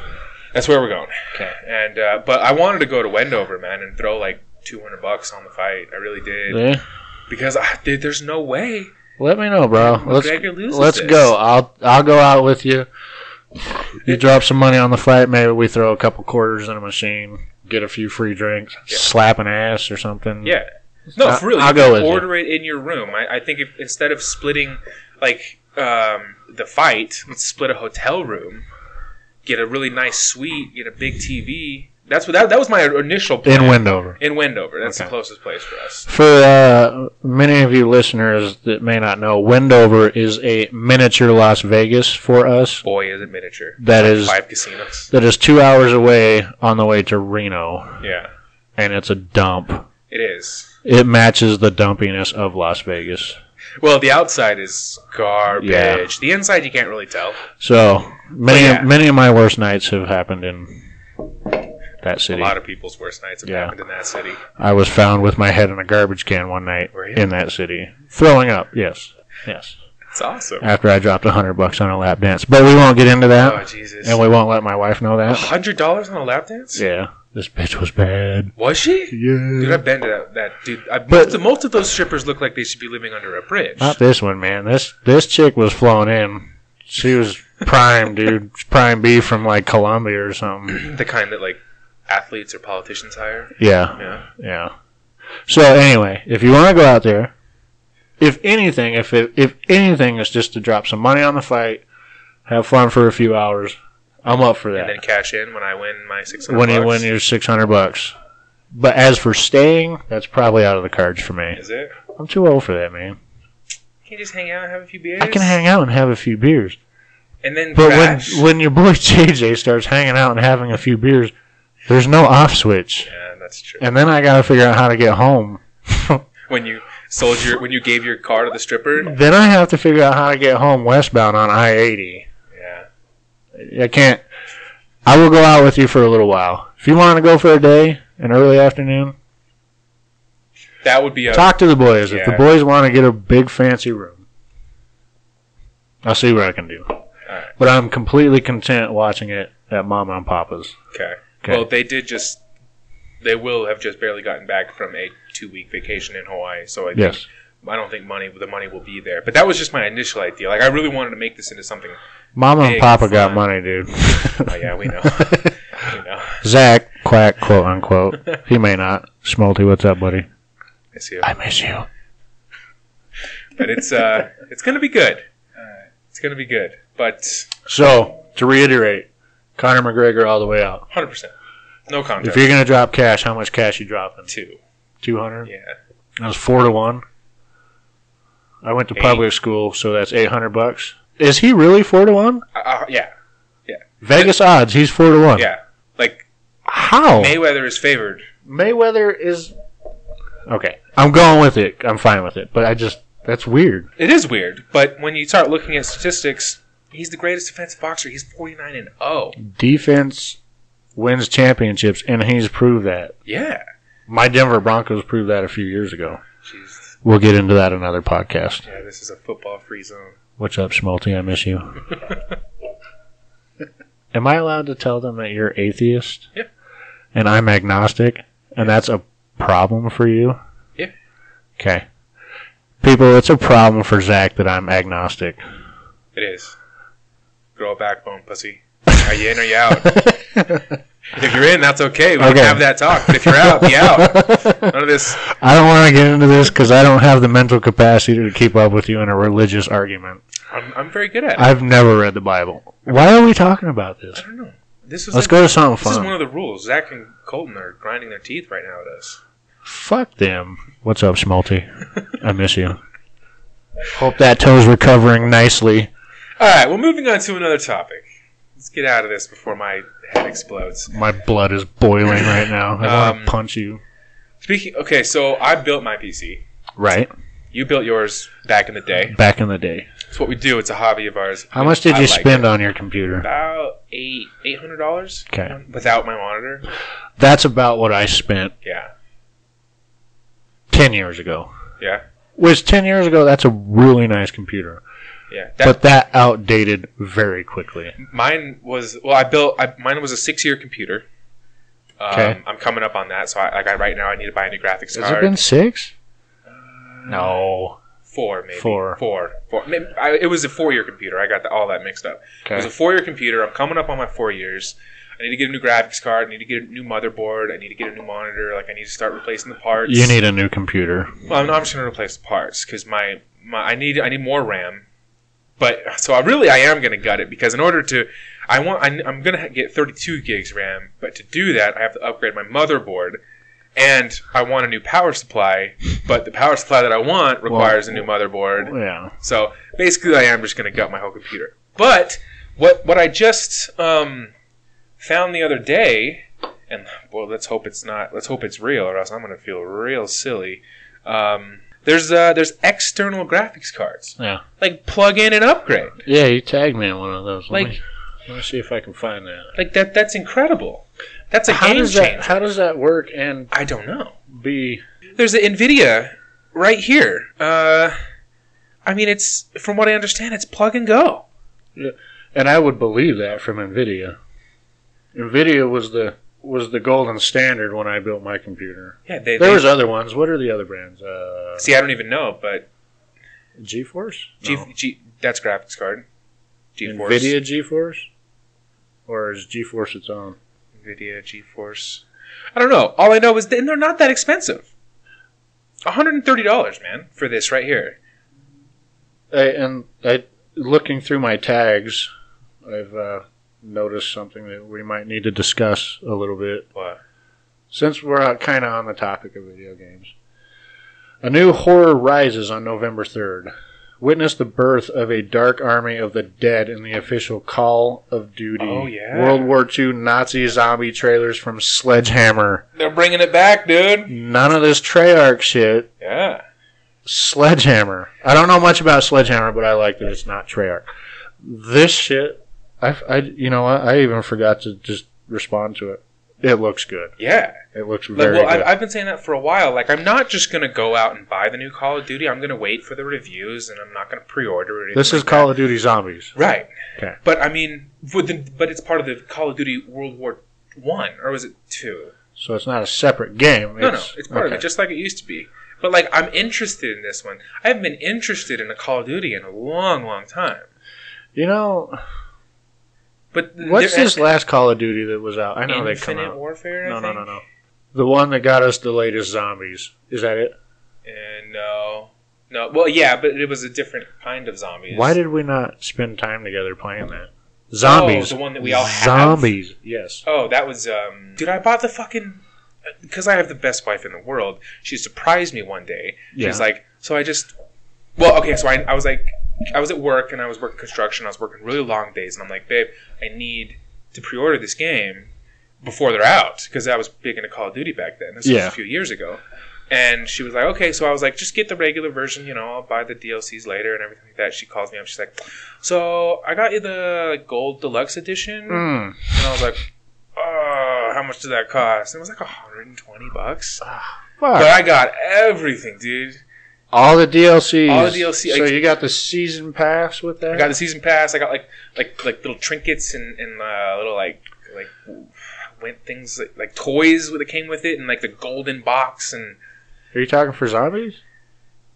[SPEAKER 1] That's where we're going. Okay. And uh, but I wanted to go to Wendover, man, and throw like two hundred bucks on the fight. I really did
[SPEAKER 2] Yeah.
[SPEAKER 1] because I, dude, there's no way
[SPEAKER 2] Let me know, bro. Let's
[SPEAKER 1] McGregor loses.
[SPEAKER 2] let's
[SPEAKER 1] this.
[SPEAKER 2] go. I'll I'll go out with you. You drop some money on the fight. Maybe we throw a couple quarters in a machine, get a few free drinks,
[SPEAKER 1] Yeah.
[SPEAKER 2] slap an ass or something.
[SPEAKER 1] Yeah. No,
[SPEAKER 2] I-
[SPEAKER 1] for really.
[SPEAKER 2] I'll
[SPEAKER 1] you
[SPEAKER 2] go
[SPEAKER 1] can
[SPEAKER 2] with you.
[SPEAKER 1] order it in your room. I, I think if, instead of splitting like um, the fight, let's split a hotel room. get a really nice suite, get a big TV. That's what that, that was my initial plan
[SPEAKER 2] in Wendover.
[SPEAKER 1] in Wendover. That's the
[SPEAKER 2] Okay.
[SPEAKER 1] closest place for us.
[SPEAKER 2] For uh, many of you listeners that may not know, Wendover is a miniature Las Vegas for us.
[SPEAKER 1] Boy, is it miniature.
[SPEAKER 2] That
[SPEAKER 1] Like
[SPEAKER 2] is-
[SPEAKER 1] five casinos.
[SPEAKER 2] That is two hours away on the way to Reno,
[SPEAKER 1] Yeah,
[SPEAKER 2] and it's a dump.
[SPEAKER 1] it is.
[SPEAKER 2] It matches the dumpiness of Las Vegas.
[SPEAKER 1] Well, the outside is garbage.
[SPEAKER 2] Yeah.
[SPEAKER 1] The inside you can't really tell.
[SPEAKER 2] So many,
[SPEAKER 1] But yeah.
[SPEAKER 2] many of my worst nights have happened in that
[SPEAKER 1] A
[SPEAKER 2] city.
[SPEAKER 1] lot of people's worst nights have
[SPEAKER 2] Yeah.
[SPEAKER 1] happened in that city.
[SPEAKER 2] I was found with my head in a garbage can one night
[SPEAKER 1] Were you?
[SPEAKER 2] in that city, throwing up. Yes, yes.
[SPEAKER 1] It's awesome.
[SPEAKER 2] After I dropped a hundred bucks on a lap dance, but we won't get into that,
[SPEAKER 1] Oh Jesus!
[SPEAKER 2] and we won't let my wife know that.
[SPEAKER 1] Hundred dollars on a lap dance?
[SPEAKER 2] Yeah, this bitch was bad.
[SPEAKER 1] Was she? Dude,
[SPEAKER 2] Yeah.
[SPEAKER 1] I've been to that. that dude, I,
[SPEAKER 2] But- Uh,
[SPEAKER 1] most, of, most of those strippers look like they should be living under a bridge.
[SPEAKER 2] Not this one, man. This this chick was flown in. She was prime, dude. She's Prime B from like Colombia or something.
[SPEAKER 1] the kind that like athletes or politicians hire.
[SPEAKER 2] Yeah.
[SPEAKER 1] Yeah.
[SPEAKER 2] Yeah. So anyway, if you want to go out there, if anything, if it, if anything is just to drop some money on the fight, have fun for a few hours, I'm up for
[SPEAKER 1] And then
[SPEAKER 2] that.
[SPEAKER 1] cash in when I win my six hundred.
[SPEAKER 2] When you win your six hundred bucks. But as for staying, that's probably out of the cards for me.
[SPEAKER 1] is it?
[SPEAKER 2] I'm too old for that, man.
[SPEAKER 1] Can you just hang out and have a few beers?
[SPEAKER 2] I can hang out and have a few beers.
[SPEAKER 1] And then
[SPEAKER 2] But
[SPEAKER 1] crash.
[SPEAKER 2] when when your boy JJ starts hanging out and having a few beers, there's no off switch.
[SPEAKER 1] yeah, that's true.
[SPEAKER 2] And then I gotta figure out how to get home.
[SPEAKER 1] When you sold your when you gave your car to the stripper.
[SPEAKER 2] Then I have to figure out how to get home westbound on I 80.
[SPEAKER 1] Yeah.
[SPEAKER 2] I can't. I will go out with you for a little while. If you want to go for a day, an early afternoon,
[SPEAKER 1] That would be a
[SPEAKER 2] talk to the boys. If the
[SPEAKER 1] Yeah.
[SPEAKER 2] boys want to get a big fancy room, I'll see what I can do.
[SPEAKER 1] Alright.
[SPEAKER 2] But I'm completely content watching it at Mama and Papa's.
[SPEAKER 1] okay.
[SPEAKER 2] 'Kay.
[SPEAKER 1] Well, they did just. They will have just barely gotten back from a two-week vacation in Hawaii, so I think
[SPEAKER 2] Yes.
[SPEAKER 1] I don't think money the money will be there. But that was just my initial idea. Like I really wanted to make this into something.
[SPEAKER 2] Mama and
[SPEAKER 1] Big
[SPEAKER 2] Papa got
[SPEAKER 1] fun.
[SPEAKER 2] money, dude.
[SPEAKER 1] Oh yeah, we know. you know.
[SPEAKER 2] Zach, quack, quote unquote. He may not. Smolty, what's up, buddy?
[SPEAKER 1] It's you.
[SPEAKER 2] I miss you.
[SPEAKER 1] But it's uh it's gonna be good. It's gonna be good. But
[SPEAKER 2] So, to reiterate, Conor McGregor all the way out.
[SPEAKER 1] hundred percent. No
[SPEAKER 2] If
[SPEAKER 1] contest.
[SPEAKER 2] you're gonna drop cash, how much cash you dropping?
[SPEAKER 1] Two.
[SPEAKER 2] Two hundred.
[SPEAKER 1] Yeah.
[SPEAKER 2] That was four to one. I went to
[SPEAKER 1] Eight.
[SPEAKER 2] public school, so that's eight hundred bucks. Is he really four to one?
[SPEAKER 1] Uh, uh, yeah.
[SPEAKER 2] Vegas odds, he's four to one.
[SPEAKER 1] Yeah. Like
[SPEAKER 2] How?
[SPEAKER 1] Mayweather is favored.
[SPEAKER 2] Mayweather is okay. I'm going with it. I'm fine with it, but I just that's weird.
[SPEAKER 1] It is weird, but when you start looking at statistics, he's the greatest defensive boxer. He's forty nine and oh.
[SPEAKER 2] Defense wins championships, and he's proved that.
[SPEAKER 1] Yeah.
[SPEAKER 2] My Denver Broncos proved that a few years ago.
[SPEAKER 1] Jeez.
[SPEAKER 2] We'll get into that another podcast.
[SPEAKER 1] Yeah, this is a football free zone.
[SPEAKER 2] What's up, Schmalti? I miss you. Am I allowed to tell them that you're atheist?
[SPEAKER 1] Yeah.
[SPEAKER 2] And I'm agnostic, and that's a problem for you?
[SPEAKER 1] Yeah.
[SPEAKER 2] Okay. People, it's a problem for Zach that I'm agnostic.
[SPEAKER 1] It is. Grow a backbone, pussy. Are you in or you out? If you're in, that's okay. We
[SPEAKER 2] Okay.
[SPEAKER 1] can have that talk. But if you're out, be out. None of this.
[SPEAKER 2] I don't want to get into this because I don't have the mental capacity to keep up with you in a religious argument.
[SPEAKER 1] I'm, I'm very good at it.
[SPEAKER 2] I've never read the Bible. Why are we talking about this?
[SPEAKER 1] I don't know. This was
[SPEAKER 2] Let's
[SPEAKER 1] like-
[SPEAKER 2] go to something
[SPEAKER 1] This is one
[SPEAKER 2] fun.
[SPEAKER 1] of the rules. Zach and Colton are grinding their teeth right now at us.
[SPEAKER 2] Fuck them. What's up, Schmalti? I miss you. Hope that toe's recovering nicely.
[SPEAKER 1] All right. Well, moving on to another topic. Let's get out of this before my head explodes.
[SPEAKER 2] My blood is boiling right now. I want
[SPEAKER 1] Um,
[SPEAKER 2] to punch you.
[SPEAKER 1] Speaking. Okay, so I built my PC.
[SPEAKER 2] Right
[SPEAKER 1] You built yours back in the day.
[SPEAKER 2] back in the day.
[SPEAKER 1] It's what we do. It's a hobby of ours.
[SPEAKER 2] How much did
[SPEAKER 1] I
[SPEAKER 2] you
[SPEAKER 1] like
[SPEAKER 2] spend
[SPEAKER 1] it.
[SPEAKER 2] on your computer?
[SPEAKER 1] About eight eight hundred dollars.
[SPEAKER 2] Okay.
[SPEAKER 1] Without my monitor.
[SPEAKER 2] That's about what I spent
[SPEAKER 1] Yeah.
[SPEAKER 2] ten years ago.
[SPEAKER 1] Yeah.
[SPEAKER 2] Which ten years ago, that's a really nice computer,
[SPEAKER 1] Yeah. That,
[SPEAKER 2] but that outdated very quickly.
[SPEAKER 1] Mine was well. I built. I, mine was a six-year computer. Um,
[SPEAKER 2] Okay.
[SPEAKER 1] I'm coming up on that, so I, like I, right now, I need to buy a new graphics
[SPEAKER 2] Has it
[SPEAKER 1] card.
[SPEAKER 2] been six?
[SPEAKER 1] Uh,
[SPEAKER 2] No.
[SPEAKER 1] four, maybe
[SPEAKER 2] Four.
[SPEAKER 1] four, four. Maybe, I, it was a four-year computer. I got the, all that mixed up. It was a four-year computer. I'm coming up on my four years. I need to get a new graphics card. I need to get a new motherboard. I need to get a new monitor. Like I need to start replacing the parts.
[SPEAKER 2] You need a new computer.
[SPEAKER 1] Well, I'm not I'm just gonna replace the parts because my, my I need I need more RAM. But so I really I am gonna gut it because in order to I want. I, am gonna ha- get 32 gigs RAM, but to do that, I have to upgrade my motherboard, and I want a new power supply. But the power supply that I want requires a new motherboard.
[SPEAKER 2] Yeah.
[SPEAKER 1] So basically, I am just going to gut my whole computer. But what what I just um, found the other day, and well, let's hope it's not. Let's hope it's real, or else I'm going to feel real silly. Um, there's uh, there's external graphics cards.
[SPEAKER 2] Yeah.
[SPEAKER 1] Like plug in and upgrade.
[SPEAKER 2] Yeah, you tagged me in one of those. Let
[SPEAKER 1] Like-
[SPEAKER 2] me, let me see if I can find that.
[SPEAKER 1] Like that. That's incredible. That's a
[SPEAKER 2] How
[SPEAKER 1] game
[SPEAKER 2] does
[SPEAKER 1] changer.
[SPEAKER 2] that how does that work and
[SPEAKER 1] I don't know.
[SPEAKER 2] be
[SPEAKER 1] There's an Nvidia right here. Uh, I mean, it's from what I understand, it's plug and go.
[SPEAKER 2] and I would believe that from Nvidia. Nvidia was the was the golden standard when I built my computer.
[SPEAKER 1] Yeah, they,
[SPEAKER 2] There
[SPEAKER 1] they-
[SPEAKER 2] was other ones. What are the other brands? Uh,
[SPEAKER 1] See, I don't even know, but
[SPEAKER 2] GeForce?
[SPEAKER 1] G,
[SPEAKER 2] No.
[SPEAKER 1] G, that's graphics card. GeForce.
[SPEAKER 2] Nvidia GeForce? Or is GeForce its own?
[SPEAKER 1] Nvidia GeForce. I don't know. All I know is that they're not that expensive. $130, man, for this right here.
[SPEAKER 2] I, and I, looking through my tags, I've uh, noticed something that we might need to discuss a little bit.
[SPEAKER 1] What?
[SPEAKER 2] Since we're kind of on the topic of video games, a new horror rises on November 3rd. Witness the birth of a dark army of the dead in the official Call of Duty
[SPEAKER 1] Oh, yeah.
[SPEAKER 2] World War II Nazi zombie trailers from Sledgehammer.
[SPEAKER 1] They're bringing it back, dude.
[SPEAKER 2] None of this Treyarch shit.
[SPEAKER 1] Yeah.
[SPEAKER 2] Sledgehammer. I don't know much about Sledgehammer, but I like that it's not Treyarch. This shit, I, I you know, what? I even forgot to just respond to it. It looks good.
[SPEAKER 1] Yeah.
[SPEAKER 2] It looks
[SPEAKER 1] Like,
[SPEAKER 2] very
[SPEAKER 1] well,
[SPEAKER 2] good.
[SPEAKER 1] I've, I've been saying that for a while. Like, I'm not just going to go out and buy the new Call of Duty. I'm going to wait for the reviews, and I'm not going to pre-order it.
[SPEAKER 2] this is Call of Duty Zombies.
[SPEAKER 1] Right.
[SPEAKER 2] Okay.
[SPEAKER 1] But, I mean, with the, but it's part of the Call of Duty World War One, or was it two?
[SPEAKER 2] So it's not a separate game.
[SPEAKER 1] No, no, it's part of it,
[SPEAKER 2] okay.
[SPEAKER 1] just like it used to be. But like, I'm interested in this one. I haven't been interested in a Call of Duty in a long, long time.
[SPEAKER 2] You know,
[SPEAKER 1] But
[SPEAKER 2] what's
[SPEAKER 1] there-
[SPEAKER 2] this last Call of Duty that was out? I know they come
[SPEAKER 1] Infinite
[SPEAKER 2] out.
[SPEAKER 1] Warfare.
[SPEAKER 2] No,
[SPEAKER 1] I
[SPEAKER 2] no,
[SPEAKER 1] think?
[SPEAKER 2] no, no. The one that got us the latest zombies. Is that it?
[SPEAKER 1] And no, no. Well, yeah, but it was a different kind of zombies.
[SPEAKER 2] Why did we not spend time together playing that? Zombies.
[SPEAKER 1] Oh, the one that we all have?
[SPEAKER 2] Zombies. Yes.
[SPEAKER 1] Oh, that was um. Dude, I bought the fucking. Because I have the best wife in the world. She surprised me one day. She's
[SPEAKER 2] Yeah.
[SPEAKER 1] like, so I just. Well, okay, so I, I was like, I was at work and I was working construction. I was working really long days, and I'm like, babe, I need to pre-order this game before they're out because I was big into Call of Duty back then. This was
[SPEAKER 2] Yeah.
[SPEAKER 1] a few years ago, and she was like, okay, so I was like, just get the regular version. You know, I'll buy the DLCs later and everything like that. She calls me up. She's like, so I got you the gold deluxe edition.
[SPEAKER 2] Mm.
[SPEAKER 1] And I was like, oh, how much did that cost? And it was like 120 bucks. But
[SPEAKER 2] Fuck.
[SPEAKER 1] I got everything, dude.
[SPEAKER 2] All the DLCs.
[SPEAKER 1] All the DLC.
[SPEAKER 2] So
[SPEAKER 1] I-
[SPEAKER 2] you got the season pass with that?
[SPEAKER 1] I got the season pass. I got like like like little trinkets and and uh, little like like went things like, like toys that came with it and like the golden box and
[SPEAKER 2] Are you talking for zombies?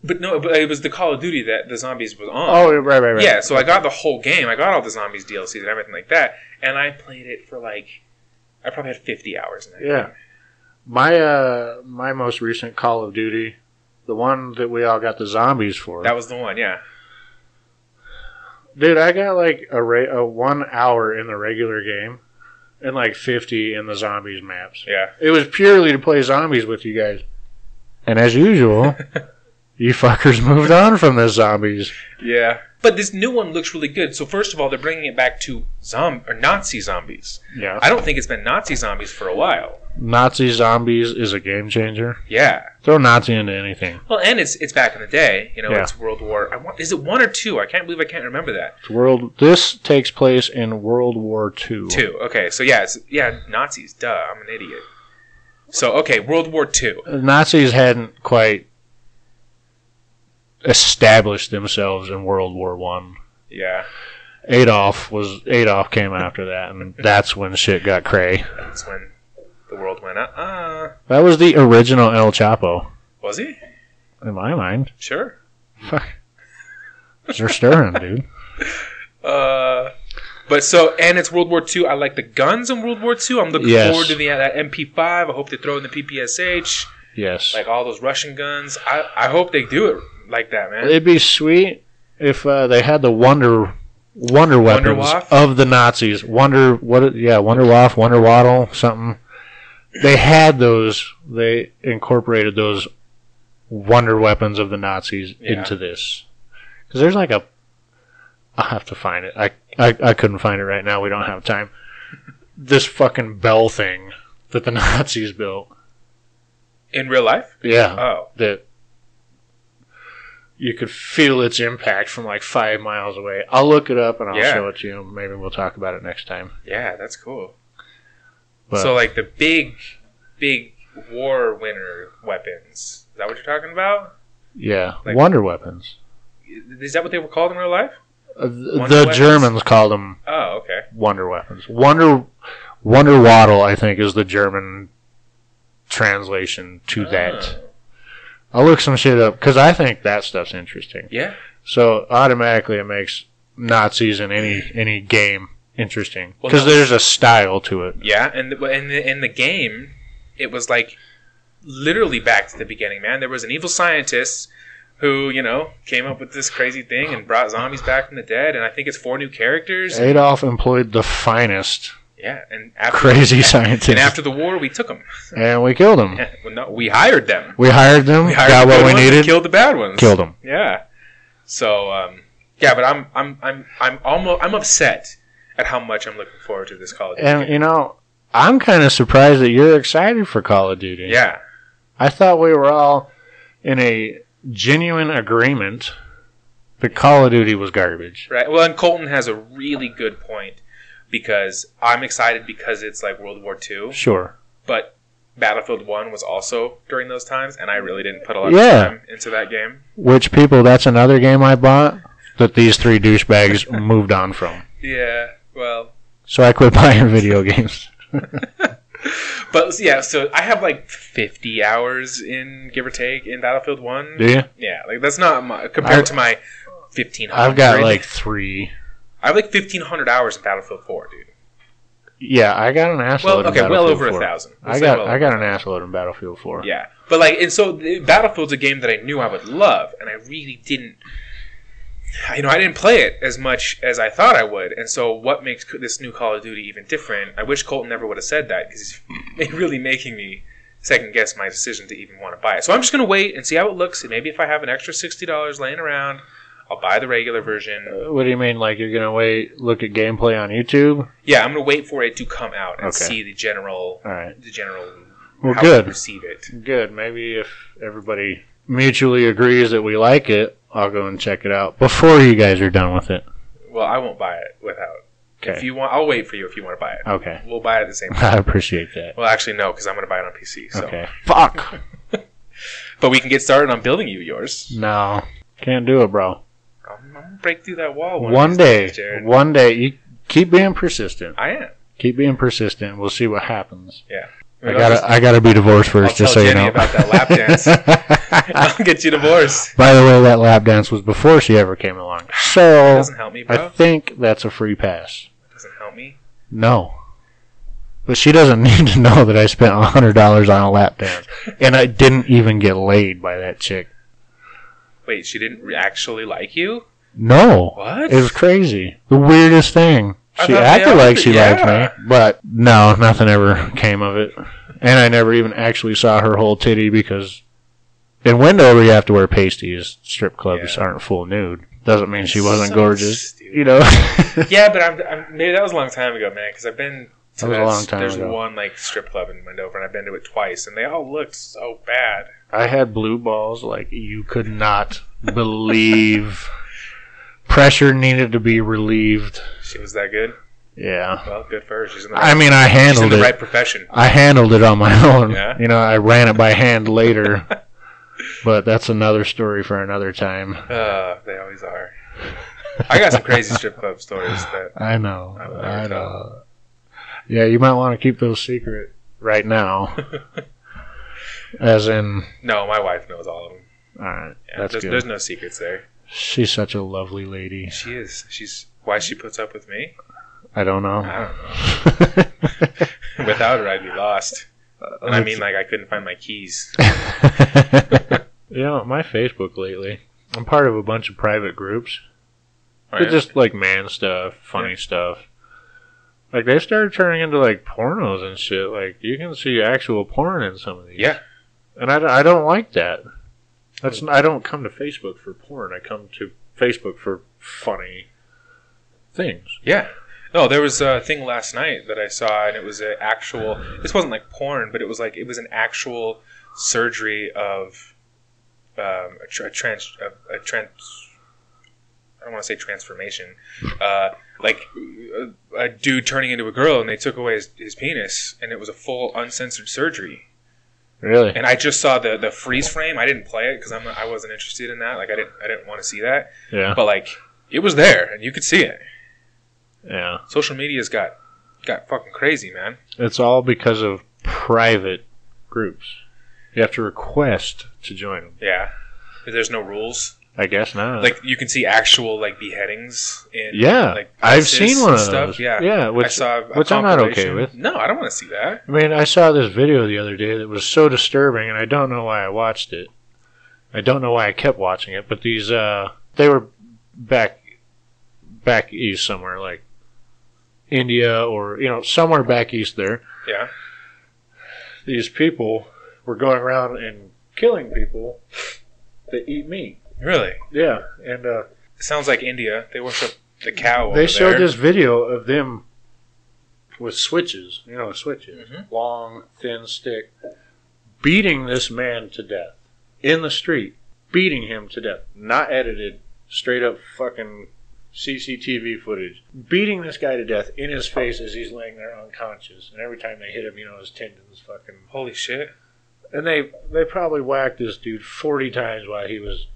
[SPEAKER 1] but no but it was the Call of Duty that the zombies was on.
[SPEAKER 2] Oh, right, right, right.
[SPEAKER 1] Yeah, so I got the whole game. I got all the zombies DLCs and everything like that, and I played it for like I probably had fifty hours in that.
[SPEAKER 2] Yeah. My uh, my most recent Call of Duty, the one that we all got the zombies for.
[SPEAKER 1] that was the one. Yeah,
[SPEAKER 2] Dude, I got like a ra- a one hour in the regular game, and like fifty in the zombies maps.
[SPEAKER 1] yeah.
[SPEAKER 2] It was purely to play zombies with you guys. And as usual, you fuckers moved on from the zombies.
[SPEAKER 1] Yeah. But this new one looks really good. So first of all, they're bringing it back to zom- or Nazi zombies.
[SPEAKER 2] Yeah.
[SPEAKER 1] I don't think it's been Nazi zombies for a while.
[SPEAKER 2] Nazi zombies is a game changer.
[SPEAKER 1] Yeah.
[SPEAKER 2] Throw Nazi into anything.
[SPEAKER 1] Well, and it's it's back in the day. You know,
[SPEAKER 2] Yeah.
[SPEAKER 1] it's World War. I want, is it one or two? I can't believe I can't remember that.
[SPEAKER 2] It's world. This takes place in World War II.
[SPEAKER 1] Two. Okay. So yeah, it's, yeah, Nazis. Duh. I'm an idiot. So okay, World War Two.
[SPEAKER 2] Nazis hadn't quite established themselves in World War One.
[SPEAKER 1] Yeah.
[SPEAKER 2] Adolf was Adolf came after that, and that's when shit got cray.
[SPEAKER 1] That's when the world went. Uh. uh
[SPEAKER 2] That was the original El Chapo,
[SPEAKER 1] Was he?
[SPEAKER 2] in my mind.
[SPEAKER 1] Sure.
[SPEAKER 2] Fuck, they're stirring, dude.
[SPEAKER 1] Uh. But so, and it's World War II. I like the guns in World War II. I'm looking
[SPEAKER 2] Yes.
[SPEAKER 1] forward to the uh, that MP5. I hope they throw in the PPSH.
[SPEAKER 2] Yes,
[SPEAKER 1] like all those Russian guns. I, I hope they do it like that, man.
[SPEAKER 2] it'd be sweet if uh, they had the Wonder wonder weapons
[SPEAKER 1] Waff?
[SPEAKER 2] of the Nazis. Wonder what? Yeah, Wonder Waff, Wonder Waddle, something. They had those. They incorporated those wonder weapons of the Nazis
[SPEAKER 1] Yeah.
[SPEAKER 2] into this. Because there's like a. I'll have to find it. I, I I couldn't find it right now. We don't have time. This fucking bell thing that the Nazis built.
[SPEAKER 1] in real life.
[SPEAKER 2] Yeah
[SPEAKER 1] Oh,
[SPEAKER 2] that you could feel its impact from like five miles away. I'll look it up and I'll
[SPEAKER 1] Yeah.
[SPEAKER 2] show it to you. Maybe we'll talk about it next time.
[SPEAKER 1] yeah, that's cool.
[SPEAKER 2] But-
[SPEAKER 1] so like the big, big war winner weapons. Is that what you're talking about?
[SPEAKER 2] Yeah,
[SPEAKER 1] Like-
[SPEAKER 2] wonder weapons.
[SPEAKER 1] Is that what they were called in real life?
[SPEAKER 2] Uh, th-
[SPEAKER 1] Wonder
[SPEAKER 2] the
[SPEAKER 1] weapons?
[SPEAKER 2] Germans called them
[SPEAKER 1] Oh, okay.
[SPEAKER 2] wonder weapons. Wonder Wonder Waddle, I think, is the German translation to that.
[SPEAKER 1] Oh.
[SPEAKER 2] I'll look some shit up because I think that stuff's interesting.
[SPEAKER 1] Yeah.
[SPEAKER 2] So automatically, it makes Nazis in any any game interesting
[SPEAKER 1] Well,
[SPEAKER 2] because
[SPEAKER 1] no.
[SPEAKER 2] there's a style to it.
[SPEAKER 1] Yeah, and the, and the, in the game, it was like literally back to the beginning, man. There was an evil scientist who, you know, came up with this crazy thing and brought zombies back from the dead, and I think it's four new characters.
[SPEAKER 2] Adolf employed the finest
[SPEAKER 1] Yeah, and after
[SPEAKER 2] crazy scientists,
[SPEAKER 1] and
[SPEAKER 2] and,
[SPEAKER 1] after the war, we took them.
[SPEAKER 2] we killed them.
[SPEAKER 1] Yeah, well, no, we hired them.
[SPEAKER 2] We hired them,
[SPEAKER 1] We hired
[SPEAKER 2] got
[SPEAKER 1] the
[SPEAKER 2] what
[SPEAKER 1] good
[SPEAKER 2] we
[SPEAKER 1] ones and
[SPEAKER 2] needed,
[SPEAKER 1] killed the bad ones.
[SPEAKER 2] killed them.
[SPEAKER 1] Yeah. So, um, yeah, but I'm I'm I'm I'm almost I'm upset at how much I'm looking forward to this Call of Duty.
[SPEAKER 2] And
[SPEAKER 1] game.
[SPEAKER 2] you know, I'm kind of surprised that you're excited for Call of Duty.
[SPEAKER 1] yeah,
[SPEAKER 2] I thought we were all in a genuine agreement that Call of Duty was garbage.
[SPEAKER 1] Right. Well, and Colton has a really good point because I'm excited because it's like World War II,
[SPEAKER 2] Sure,
[SPEAKER 1] but Battlefield One was also during those times, and I really didn't put a lot
[SPEAKER 2] Yeah.
[SPEAKER 1] of time into that game.
[SPEAKER 2] which people? That's another game I bought that these three douchebags moved on from.
[SPEAKER 1] Yeah. Well.
[SPEAKER 2] So I quit buying video games.
[SPEAKER 1] But yeah, so I have like 50 hours in give or take in Battlefield One.
[SPEAKER 2] Do you?
[SPEAKER 1] Yeah, like that's not my compared to my 1500.
[SPEAKER 2] I've got like three.
[SPEAKER 1] I have like 1500 hours in Battlefield Four, dude.
[SPEAKER 2] Yeah, I got an ass load
[SPEAKER 1] Well,
[SPEAKER 2] in
[SPEAKER 1] okay, well
[SPEAKER 2] Battlefield
[SPEAKER 1] over a
[SPEAKER 2] 4.
[SPEAKER 1] thousand. We'll
[SPEAKER 2] I
[SPEAKER 1] say
[SPEAKER 2] got
[SPEAKER 1] well
[SPEAKER 2] I got an ass load in Battlefield 4.
[SPEAKER 1] Yeah, but like, and so the- Battlefield's a game that I knew I would love, and I really didn't. You know, I didn't play it as much as I thought I would, and so what makes c- this new Call of Duty even different? I wish Colton never would have said that because it's really making me second guess my decision to even want to buy it. So I'm just gonna wait and see how it looks, and maybe if I have an extra sixty dollars laying around, I'll buy the regular version.
[SPEAKER 2] Uh, What do you mean? Like you're gonna wait, look at gameplay on YouTube?
[SPEAKER 1] Yeah, I'm gonna wait for it to come out and
[SPEAKER 2] Okay.
[SPEAKER 1] see the general,
[SPEAKER 2] All right.
[SPEAKER 1] the general
[SPEAKER 2] Well,
[SPEAKER 1] how
[SPEAKER 2] good,
[SPEAKER 1] we receive it.
[SPEAKER 2] good. Maybe if everybody mutually agrees that we like it, I'll go and check it out before you guys are done with it.
[SPEAKER 1] Well, I won't buy it without. If
[SPEAKER 2] Okay.
[SPEAKER 1] you want, I'll wait for you if you want to buy it.
[SPEAKER 2] Okay.
[SPEAKER 1] We'll buy it at the same time.
[SPEAKER 2] I appreciate that.
[SPEAKER 1] Well, actually, no, because I'm going to buy it on PC. So.
[SPEAKER 2] Okay. Fuck.
[SPEAKER 1] But we can get started on building you yours.
[SPEAKER 2] No, can't do it, bro.
[SPEAKER 1] I'm, I'm gonna break through that wall one, of
[SPEAKER 2] One
[SPEAKER 1] these
[SPEAKER 2] day,
[SPEAKER 1] days, Jared.
[SPEAKER 2] one day, you keep being persistent.
[SPEAKER 1] I am.
[SPEAKER 2] Keep being persistent. We'll see what happens. I
[SPEAKER 1] I'll
[SPEAKER 2] gotta,
[SPEAKER 1] just-
[SPEAKER 2] I gotta be divorced 1st
[SPEAKER 1] I'll
[SPEAKER 2] just so
[SPEAKER 1] tell
[SPEAKER 2] you
[SPEAKER 1] Jenny
[SPEAKER 2] know.
[SPEAKER 1] about that lap
[SPEAKER 2] dance.
[SPEAKER 1] I'll get you divorced.
[SPEAKER 2] By the way, that lap dance was before she ever came along. So
[SPEAKER 1] Doesn't help me,
[SPEAKER 2] I
[SPEAKER 1] bro.
[SPEAKER 2] think that's a free pass.
[SPEAKER 1] Doesn't help me.
[SPEAKER 2] No. But she doesn't need to know that I spent hundred dollars on a lap dance, and I didn't even get laid by that chick.
[SPEAKER 1] Wait, she didn't re- actually like you?
[SPEAKER 2] No,
[SPEAKER 1] What?
[SPEAKER 2] it was crazy. The weirdest thing.
[SPEAKER 1] I
[SPEAKER 2] She
[SPEAKER 1] thought they
[SPEAKER 2] acted
[SPEAKER 1] all
[SPEAKER 2] like
[SPEAKER 1] did-
[SPEAKER 2] she
[SPEAKER 1] yeah.
[SPEAKER 2] liked me, but no, nothing ever came of it, and I never even actually saw her whole titty because in Wendover you have to wear pasties. Strip clubs
[SPEAKER 1] Yeah.
[SPEAKER 2] aren't full nude. Doesn't mean she wasn't
[SPEAKER 1] So
[SPEAKER 2] gorgeous,
[SPEAKER 1] stupid.
[SPEAKER 2] you know.
[SPEAKER 1] Yeah, but I'm, I'm, maybe that was a long time ago, man. Because I've been to
[SPEAKER 2] That was a
[SPEAKER 1] that-
[SPEAKER 2] long time
[SPEAKER 1] There's
[SPEAKER 2] ago.
[SPEAKER 1] one like strip club in Wendover, and I've been to it twice, and they all looked so bad.
[SPEAKER 2] I had blue balls like you could not believe. Pressure needed to be relieved.
[SPEAKER 1] She was that good.
[SPEAKER 2] Yeah.
[SPEAKER 1] Well, good for her. She's in the right,
[SPEAKER 2] I mean, I
[SPEAKER 1] she's in
[SPEAKER 2] handled
[SPEAKER 1] the
[SPEAKER 2] it.
[SPEAKER 1] right profession.
[SPEAKER 2] I handled it on my own.
[SPEAKER 1] Yeah?
[SPEAKER 2] You know, I ran it by hand later. but that's another story for another time.
[SPEAKER 1] Uh, they always are. I got some crazy strip club stories that
[SPEAKER 2] I know.
[SPEAKER 1] I will never
[SPEAKER 2] I
[SPEAKER 1] tell.
[SPEAKER 2] know. Yeah, you might want to keep those secret right now. As in,
[SPEAKER 1] no, my wife knows all of them.
[SPEAKER 2] all right,
[SPEAKER 1] Yeah,
[SPEAKER 2] that's
[SPEAKER 1] there's,
[SPEAKER 2] good.
[SPEAKER 1] there's no secrets there.
[SPEAKER 2] She's such a lovely lady.
[SPEAKER 1] She is. She's why she puts up with me.
[SPEAKER 2] I don't know.
[SPEAKER 1] I don't know. Without her, I'd be lost.
[SPEAKER 2] Uh,
[SPEAKER 1] And I mean, like I couldn't find my keys.
[SPEAKER 2] you know, my Facebook lately, I'm part of a bunch of private groups.
[SPEAKER 1] Oh,
[SPEAKER 2] But
[SPEAKER 1] yeah.
[SPEAKER 2] just like man stuff, funny stuff. Like they started turning into like pornos and shit. Like you can see actual porn in some of these.
[SPEAKER 1] Yeah.
[SPEAKER 2] And I, don't- I don't like that. That's I don't come to Facebook for porn. I come to Facebook for funny things.
[SPEAKER 1] Yeah. No, there was a thing last night that I saw, and it was an actual. This wasn't like porn, but it was like it was an actual surgery of um, a, tr- a trans. A, a trans. I don't want to say transformation. Uh, like a, a dude turning into a girl, and they took away his, his penis, and it was a full uncensored surgery.
[SPEAKER 2] Really?
[SPEAKER 1] And I just saw the the freeze frame. I didn't play it because I'm not- I wasn't interested in that. Like I didn't I didn't want to see that.
[SPEAKER 2] Yeah.
[SPEAKER 1] But like it was there, and you could see it
[SPEAKER 2] Yeah.
[SPEAKER 1] social media's got got fucking crazy, man.
[SPEAKER 2] It's all because of private groups. You have to request to join them.
[SPEAKER 1] Yeah, there's no rules.
[SPEAKER 2] I guess not.
[SPEAKER 1] Like you can see actual like beheadings in
[SPEAKER 2] Uh, Yeah,
[SPEAKER 1] Like
[SPEAKER 2] I've
[SPEAKER 1] ISIS
[SPEAKER 2] seen one
[SPEAKER 1] and
[SPEAKER 2] of those.
[SPEAKER 1] Yeah,
[SPEAKER 2] yeah. Which
[SPEAKER 1] I saw a
[SPEAKER 2] which I'm not okay
[SPEAKER 1] compilation.
[SPEAKER 2] with.
[SPEAKER 1] No, I don't want to see that.
[SPEAKER 2] I mean, I saw this video the other day that was so disturbing, and I don't know why I watched it. I don't know why I kept watching it, but these uh, they were back back east somewhere, like India or you know somewhere back east there.
[SPEAKER 1] Yeah.
[SPEAKER 2] These people were going around and killing people that eat meat.
[SPEAKER 1] Really,
[SPEAKER 2] Yeah, and uh,
[SPEAKER 1] it sounds like India. They worship the cow.
[SPEAKER 2] they
[SPEAKER 1] over
[SPEAKER 2] showed
[SPEAKER 1] there.
[SPEAKER 2] this video of them with switches, you know, switches,
[SPEAKER 1] Mhm.
[SPEAKER 2] long, thin stick, beating this man to death in the street, beating him to death, not edited, straight up fucking CCTV footage, beating this guy to death in his face as he's laying there unconscious, and every time they hit him, you know, his tendons fucking.
[SPEAKER 1] Holy shit!
[SPEAKER 2] And they they probably whacked this dude forty times while he was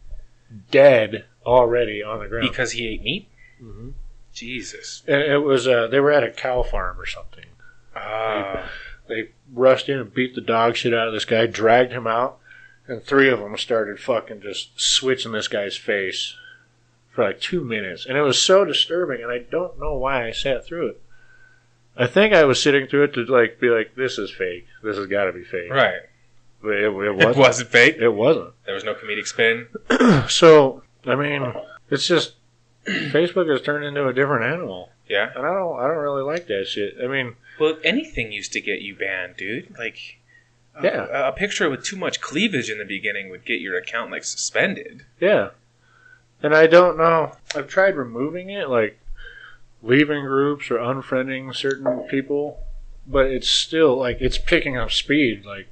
[SPEAKER 2] dead already on the ground.
[SPEAKER 1] Because he ate meat.
[SPEAKER 2] Mhm.
[SPEAKER 1] Jesus.
[SPEAKER 2] And it was uh, they were at a cow farm or something.
[SPEAKER 1] Ah.
[SPEAKER 2] They rushed in and beat the dog shit out of this guy, dragged him out, and three of them started fucking just switching this guy's face for like two minutes, and it was so disturbing. And I don't know why I sat through it. I think I was sitting through it to like be like, this is fake. This has got to be fake.
[SPEAKER 1] right.
[SPEAKER 2] But it, it
[SPEAKER 1] It
[SPEAKER 2] wasn't.
[SPEAKER 1] wasn't fake.
[SPEAKER 2] It wasn't.
[SPEAKER 1] There was no comedic spin.
[SPEAKER 2] So I mean, it's just Facebook has turned into a different animal,
[SPEAKER 1] Yeah.
[SPEAKER 2] and I don't. I don't really like that shit. I mean.
[SPEAKER 1] Well, anything used to get you banned, dude. Like, a-
[SPEAKER 2] Yeah.
[SPEAKER 1] a, a picture with too much cleavage in the beginning would get your account like suspended.
[SPEAKER 2] Yeah. And I don't know. I've tried removing it, like leaving groups or unfriending certain people, but it's still like it's picking up speed. Like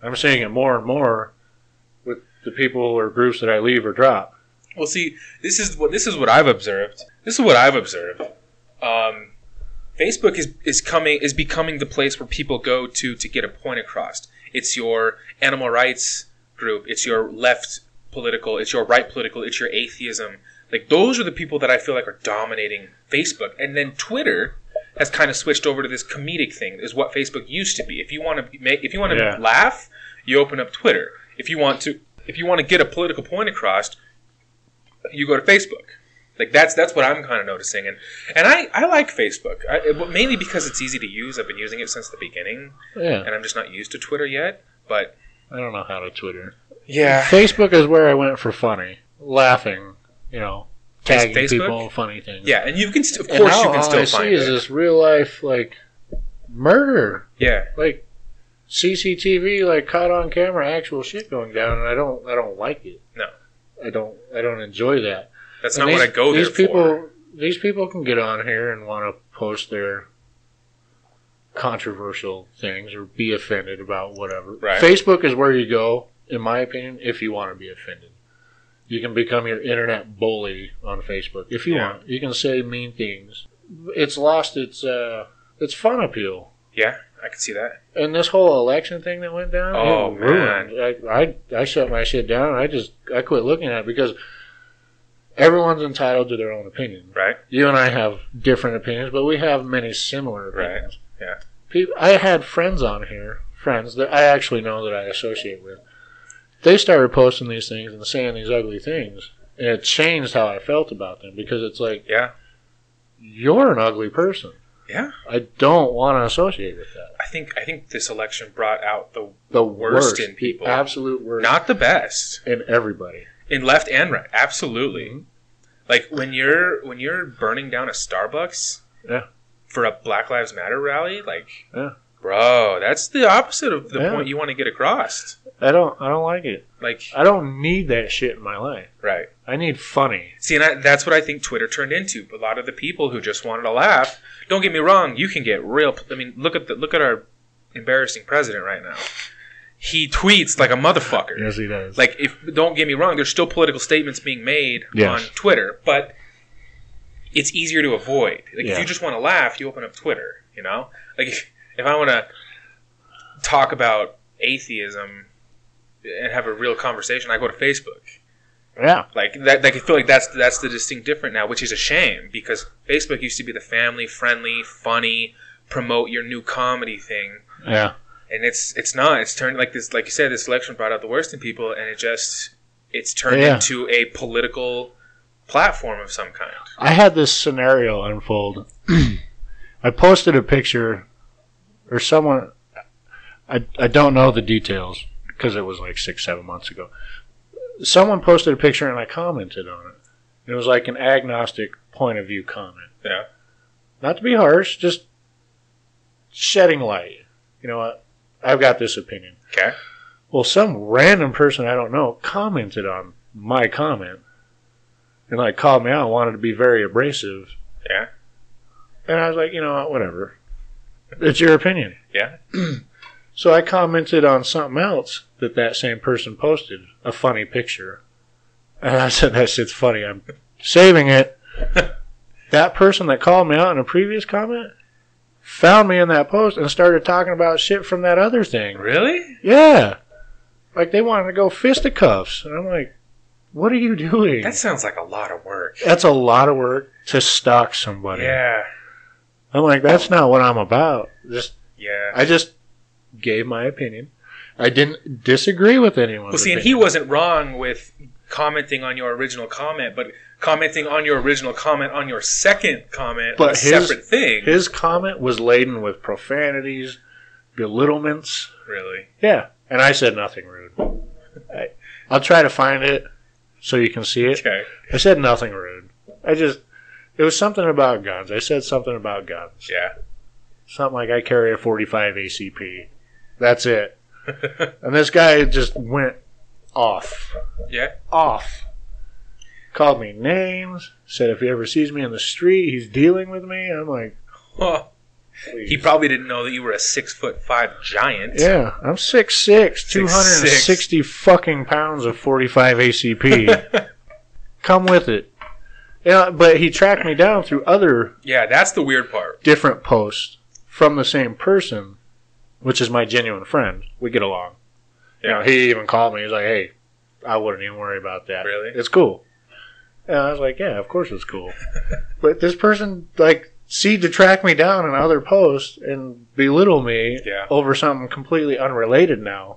[SPEAKER 2] I'm seeing it more and more with the people or groups that I leave or drop.
[SPEAKER 1] Well, see, this is what this is what I've observed. This is what I've observed. Um, Facebook is is coming is becoming the place where people go to to get a point across. It's your animal rights group. It's your left political. It's your right political. It's your atheism. Like those are the people that I feel like are dominating Facebook. And then Twitter has kind of switched over to this comedic thing. Is what Facebook used to be. If you want to make if you want to
[SPEAKER 2] Yeah.
[SPEAKER 1] laugh, you open up Twitter. If you want to if you want to get a political point across, you go to Facebook. Like that's that's what I'm kind of noticing, and and I I like Facebook, I, but mainly because it's easy to use. I've been using it since the beginning,
[SPEAKER 2] Yeah.
[SPEAKER 1] and I'm just not used to Twitter yet. But
[SPEAKER 2] I don't know how to Twitter.
[SPEAKER 1] yeah,
[SPEAKER 2] Facebook is where I went for funny, laughing, you know,
[SPEAKER 1] Face-
[SPEAKER 2] tagging
[SPEAKER 1] Facebook?
[SPEAKER 2] people, funny things.
[SPEAKER 1] yeah, and you can st- of
[SPEAKER 2] And
[SPEAKER 1] course
[SPEAKER 2] now
[SPEAKER 1] you can
[SPEAKER 2] all I
[SPEAKER 1] still
[SPEAKER 2] see
[SPEAKER 1] find
[SPEAKER 2] is
[SPEAKER 1] it.
[SPEAKER 2] this real life like murder
[SPEAKER 1] yeah,
[SPEAKER 2] like CCTV, like caught on camera, actual shit going down, and I don't, I don't like it.
[SPEAKER 1] No.
[SPEAKER 2] I don't, I don't enjoy that.
[SPEAKER 1] that's
[SPEAKER 2] And
[SPEAKER 1] not what I go there
[SPEAKER 2] these people,
[SPEAKER 1] for.
[SPEAKER 2] These people can get on here and want to post their controversial things or be offended about whatever.
[SPEAKER 1] Right.
[SPEAKER 2] Facebook is where you go, in my opinion, if you want to be offended. You can become your internet bully on Facebook if you
[SPEAKER 1] Yeah.
[SPEAKER 2] want. You can say mean things. It's lost its uh, its fun appeal.
[SPEAKER 1] Yeah, I can see that.
[SPEAKER 2] And this whole election thing that went down,
[SPEAKER 1] Oh,
[SPEAKER 2] it ruined. I, I I shut my shit down. I just I quit looking at it because everyone's entitled to their own opinion.
[SPEAKER 1] Right.
[SPEAKER 2] You and I have different opinions, but we have many similar
[SPEAKER 1] Right,
[SPEAKER 2] opinions.
[SPEAKER 1] yeah.
[SPEAKER 2] People, I had friends on here, friends that I actually know that I associate with. They started posting these things and saying these ugly things, and it changed how I felt about them because it's like,
[SPEAKER 1] Yeah.
[SPEAKER 2] you're an ugly person.
[SPEAKER 1] Yeah.
[SPEAKER 2] I don't want to associate with that.
[SPEAKER 1] I think I think this election brought out the
[SPEAKER 2] The
[SPEAKER 1] Worst
[SPEAKER 2] worst,
[SPEAKER 1] in
[SPEAKER 2] the
[SPEAKER 1] people.
[SPEAKER 2] absolute worst
[SPEAKER 1] not the best
[SPEAKER 2] in everybody. Mm-hmm.
[SPEAKER 1] in left and right. Absolutely, Like when you're when you're burning down a Starbucks
[SPEAKER 2] Yeah.
[SPEAKER 1] for a Black Lives Matter rally, like
[SPEAKER 2] Yeah.
[SPEAKER 1] bro, that's the opposite of the
[SPEAKER 2] Yeah.
[SPEAKER 1] point you want to get across.
[SPEAKER 2] I don't. I don't like it.
[SPEAKER 1] Like
[SPEAKER 2] I don't need that shit in my life.
[SPEAKER 1] right.
[SPEAKER 2] I need funny.
[SPEAKER 1] See, and I, that's what I think Twitter turned into. A lot of the people who just wanted to laugh. Don't get me wrong; you can get real. I mean, look at the look at our embarrassing president right now. He tweets like a motherfucker.
[SPEAKER 2] Yes, he does.
[SPEAKER 1] Like, if don't get me wrong, there's still political statements being made
[SPEAKER 2] Yes.
[SPEAKER 1] on Twitter, but it's easier to avoid. Like, if
[SPEAKER 2] Yeah.
[SPEAKER 1] you just want to laugh, you open up Twitter. You know, like if, if I want to talk about atheism and have a real conversation, I go to Facebook.
[SPEAKER 2] yeah.
[SPEAKER 1] Like that, like I feel like that's that's the distinct difference now, which is a shame because Facebook used to be the family friendly, funny, promote your new comedy thing,
[SPEAKER 2] Yeah.
[SPEAKER 1] and it's it's not. It's turned like this, like you said, this election brought out the worst in people, and it just it's turned
[SPEAKER 2] Yeah.
[SPEAKER 1] into a political platform of some kind.
[SPEAKER 2] I had this scenario unfold. I posted a picture, or someone, I, I don't know the details because it was like six, seven months ago. Someone posted a picture and I commented on it. It was like an agnostic point of view comment.
[SPEAKER 1] Yeah.
[SPEAKER 2] Not to be harsh, just shedding light. You know what? I've got this opinion.
[SPEAKER 1] Okay.
[SPEAKER 2] Well, some random person I don't know commented on my comment and like called me out and wanted to be very abrasive.
[SPEAKER 1] Yeah.
[SPEAKER 2] And I was like, you know what, whatever. It's your opinion.
[SPEAKER 1] Yeah.
[SPEAKER 2] So I commented on something else that that same person posted, a funny picture. And I said, that shit's funny. I'm saving it. that person that called me out in a previous comment found me in that post and started talking about shit from that other thing.
[SPEAKER 1] Really?
[SPEAKER 2] Yeah. Like they wanted to go fisticuffs. And I'm like, what are you doing?
[SPEAKER 1] That
[SPEAKER 2] That's,
[SPEAKER 1] sounds like a lot of work.
[SPEAKER 2] a lot of work to stalk somebody.
[SPEAKER 1] Yeah.
[SPEAKER 2] I'm like, that's not what I'm about. Just
[SPEAKER 1] Yeah.
[SPEAKER 2] I just gave my opinion. I didn't disagree with anyone.
[SPEAKER 1] Well, see, and he wasn't wrong with commenting on your original comment, but commenting on your original comment on your second comment
[SPEAKER 2] But
[SPEAKER 1] was a
[SPEAKER 2] his-
[SPEAKER 1] separate thing.
[SPEAKER 2] his comment was laden with profanities, belittlements.
[SPEAKER 1] Really?
[SPEAKER 2] Yeah, and I said nothing rude. I, I'll try to find it so you can see it.
[SPEAKER 1] Okay.
[SPEAKER 2] I said nothing rude. I just it was something about guns. I said something about guns.
[SPEAKER 1] Yeah.
[SPEAKER 2] something like I carry a 45 ACP. That's it. and this guy just went off.
[SPEAKER 1] Yeah.
[SPEAKER 2] Off. Called me names, said if he ever sees me in the street, he's dealing with me. I'm like,
[SPEAKER 1] Huh. he
[SPEAKER 2] please.
[SPEAKER 1] probably didn't know that you were a six foot five giant.
[SPEAKER 2] yeah, I'm 6'6, 260 fucking pounds of 45 ACP. Come with it. Yeah, but he tracked me down through other
[SPEAKER 1] Yeah, that's the weird part.
[SPEAKER 2] different posts from the same person, which is my genuine friend. We get along. You know, he even called me. He's like, "Hey, I wouldn't even worry about that.
[SPEAKER 1] Really?
[SPEAKER 2] It's cool." And I was like, "Yeah, of course it's cool." but this person like seemed to track me down in other posts and belittle me
[SPEAKER 1] Yeah.
[SPEAKER 2] over something completely unrelated. Now,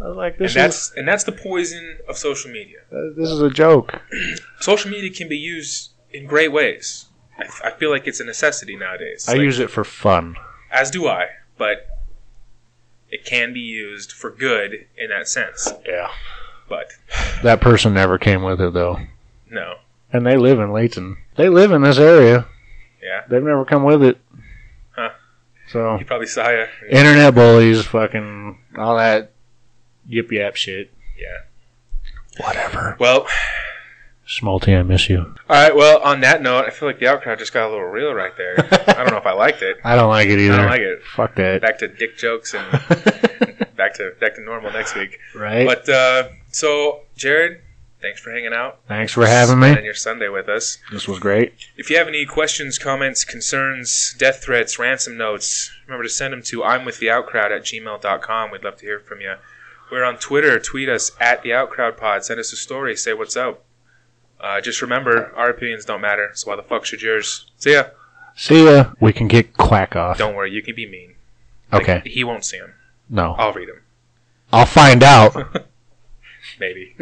[SPEAKER 2] I was like,
[SPEAKER 1] And
[SPEAKER 2] "This is
[SPEAKER 1] that's and that's the poison of social media.
[SPEAKER 2] uh, this is a joke."
[SPEAKER 1] Social media can be used in great ways. I, f- I feel like it's a necessity nowadays.
[SPEAKER 2] I
[SPEAKER 1] Like,
[SPEAKER 2] use it for fun.
[SPEAKER 1] as do I, but it can be used for good in that sense.
[SPEAKER 2] Yeah,
[SPEAKER 1] But
[SPEAKER 2] that person never came with it though,
[SPEAKER 1] no,
[SPEAKER 2] and they live in Layton. They live in this area.
[SPEAKER 1] Yeah.
[SPEAKER 2] they've never come with it.
[SPEAKER 1] Huh.
[SPEAKER 2] So
[SPEAKER 1] you probably saw it.
[SPEAKER 2] internet bullies, fucking all that yip yap shit.
[SPEAKER 1] Yeah.
[SPEAKER 2] Whatever.
[SPEAKER 1] Well,
[SPEAKER 2] Schmalti, I miss you.
[SPEAKER 1] all right. Well, on that note, I feel like the outcry just got a little real right there. I don't know if I liked it.
[SPEAKER 2] I don't like it
[SPEAKER 1] I
[SPEAKER 2] either.
[SPEAKER 1] don't like it.
[SPEAKER 2] Fuck that.
[SPEAKER 1] Back to dick jokes and back to back to normal next week.
[SPEAKER 2] right?
[SPEAKER 1] But uh, so, Jared, thanks for hanging out.
[SPEAKER 2] Thanks for having me.
[SPEAKER 1] And your Sunday with us.
[SPEAKER 2] This was great.
[SPEAKER 1] If you have any questions, comments, concerns, death threats, ransom notes, remember to send them to I'm with the outcrowd at gmail.com. We'd love to hear from you. We're on Twitter. Tweet us at the outcrowd pod. Send us a story. Say what's up. Uh, just remember, our opinions don't matter, so why the fuck should yours? See ya.
[SPEAKER 2] See ya. We can get quack off.
[SPEAKER 1] Don't worry, you can be mean. Like,
[SPEAKER 2] okay.
[SPEAKER 1] he won't see them.
[SPEAKER 2] No.
[SPEAKER 1] I'll read them.
[SPEAKER 2] I'll find out.
[SPEAKER 1] Maybe.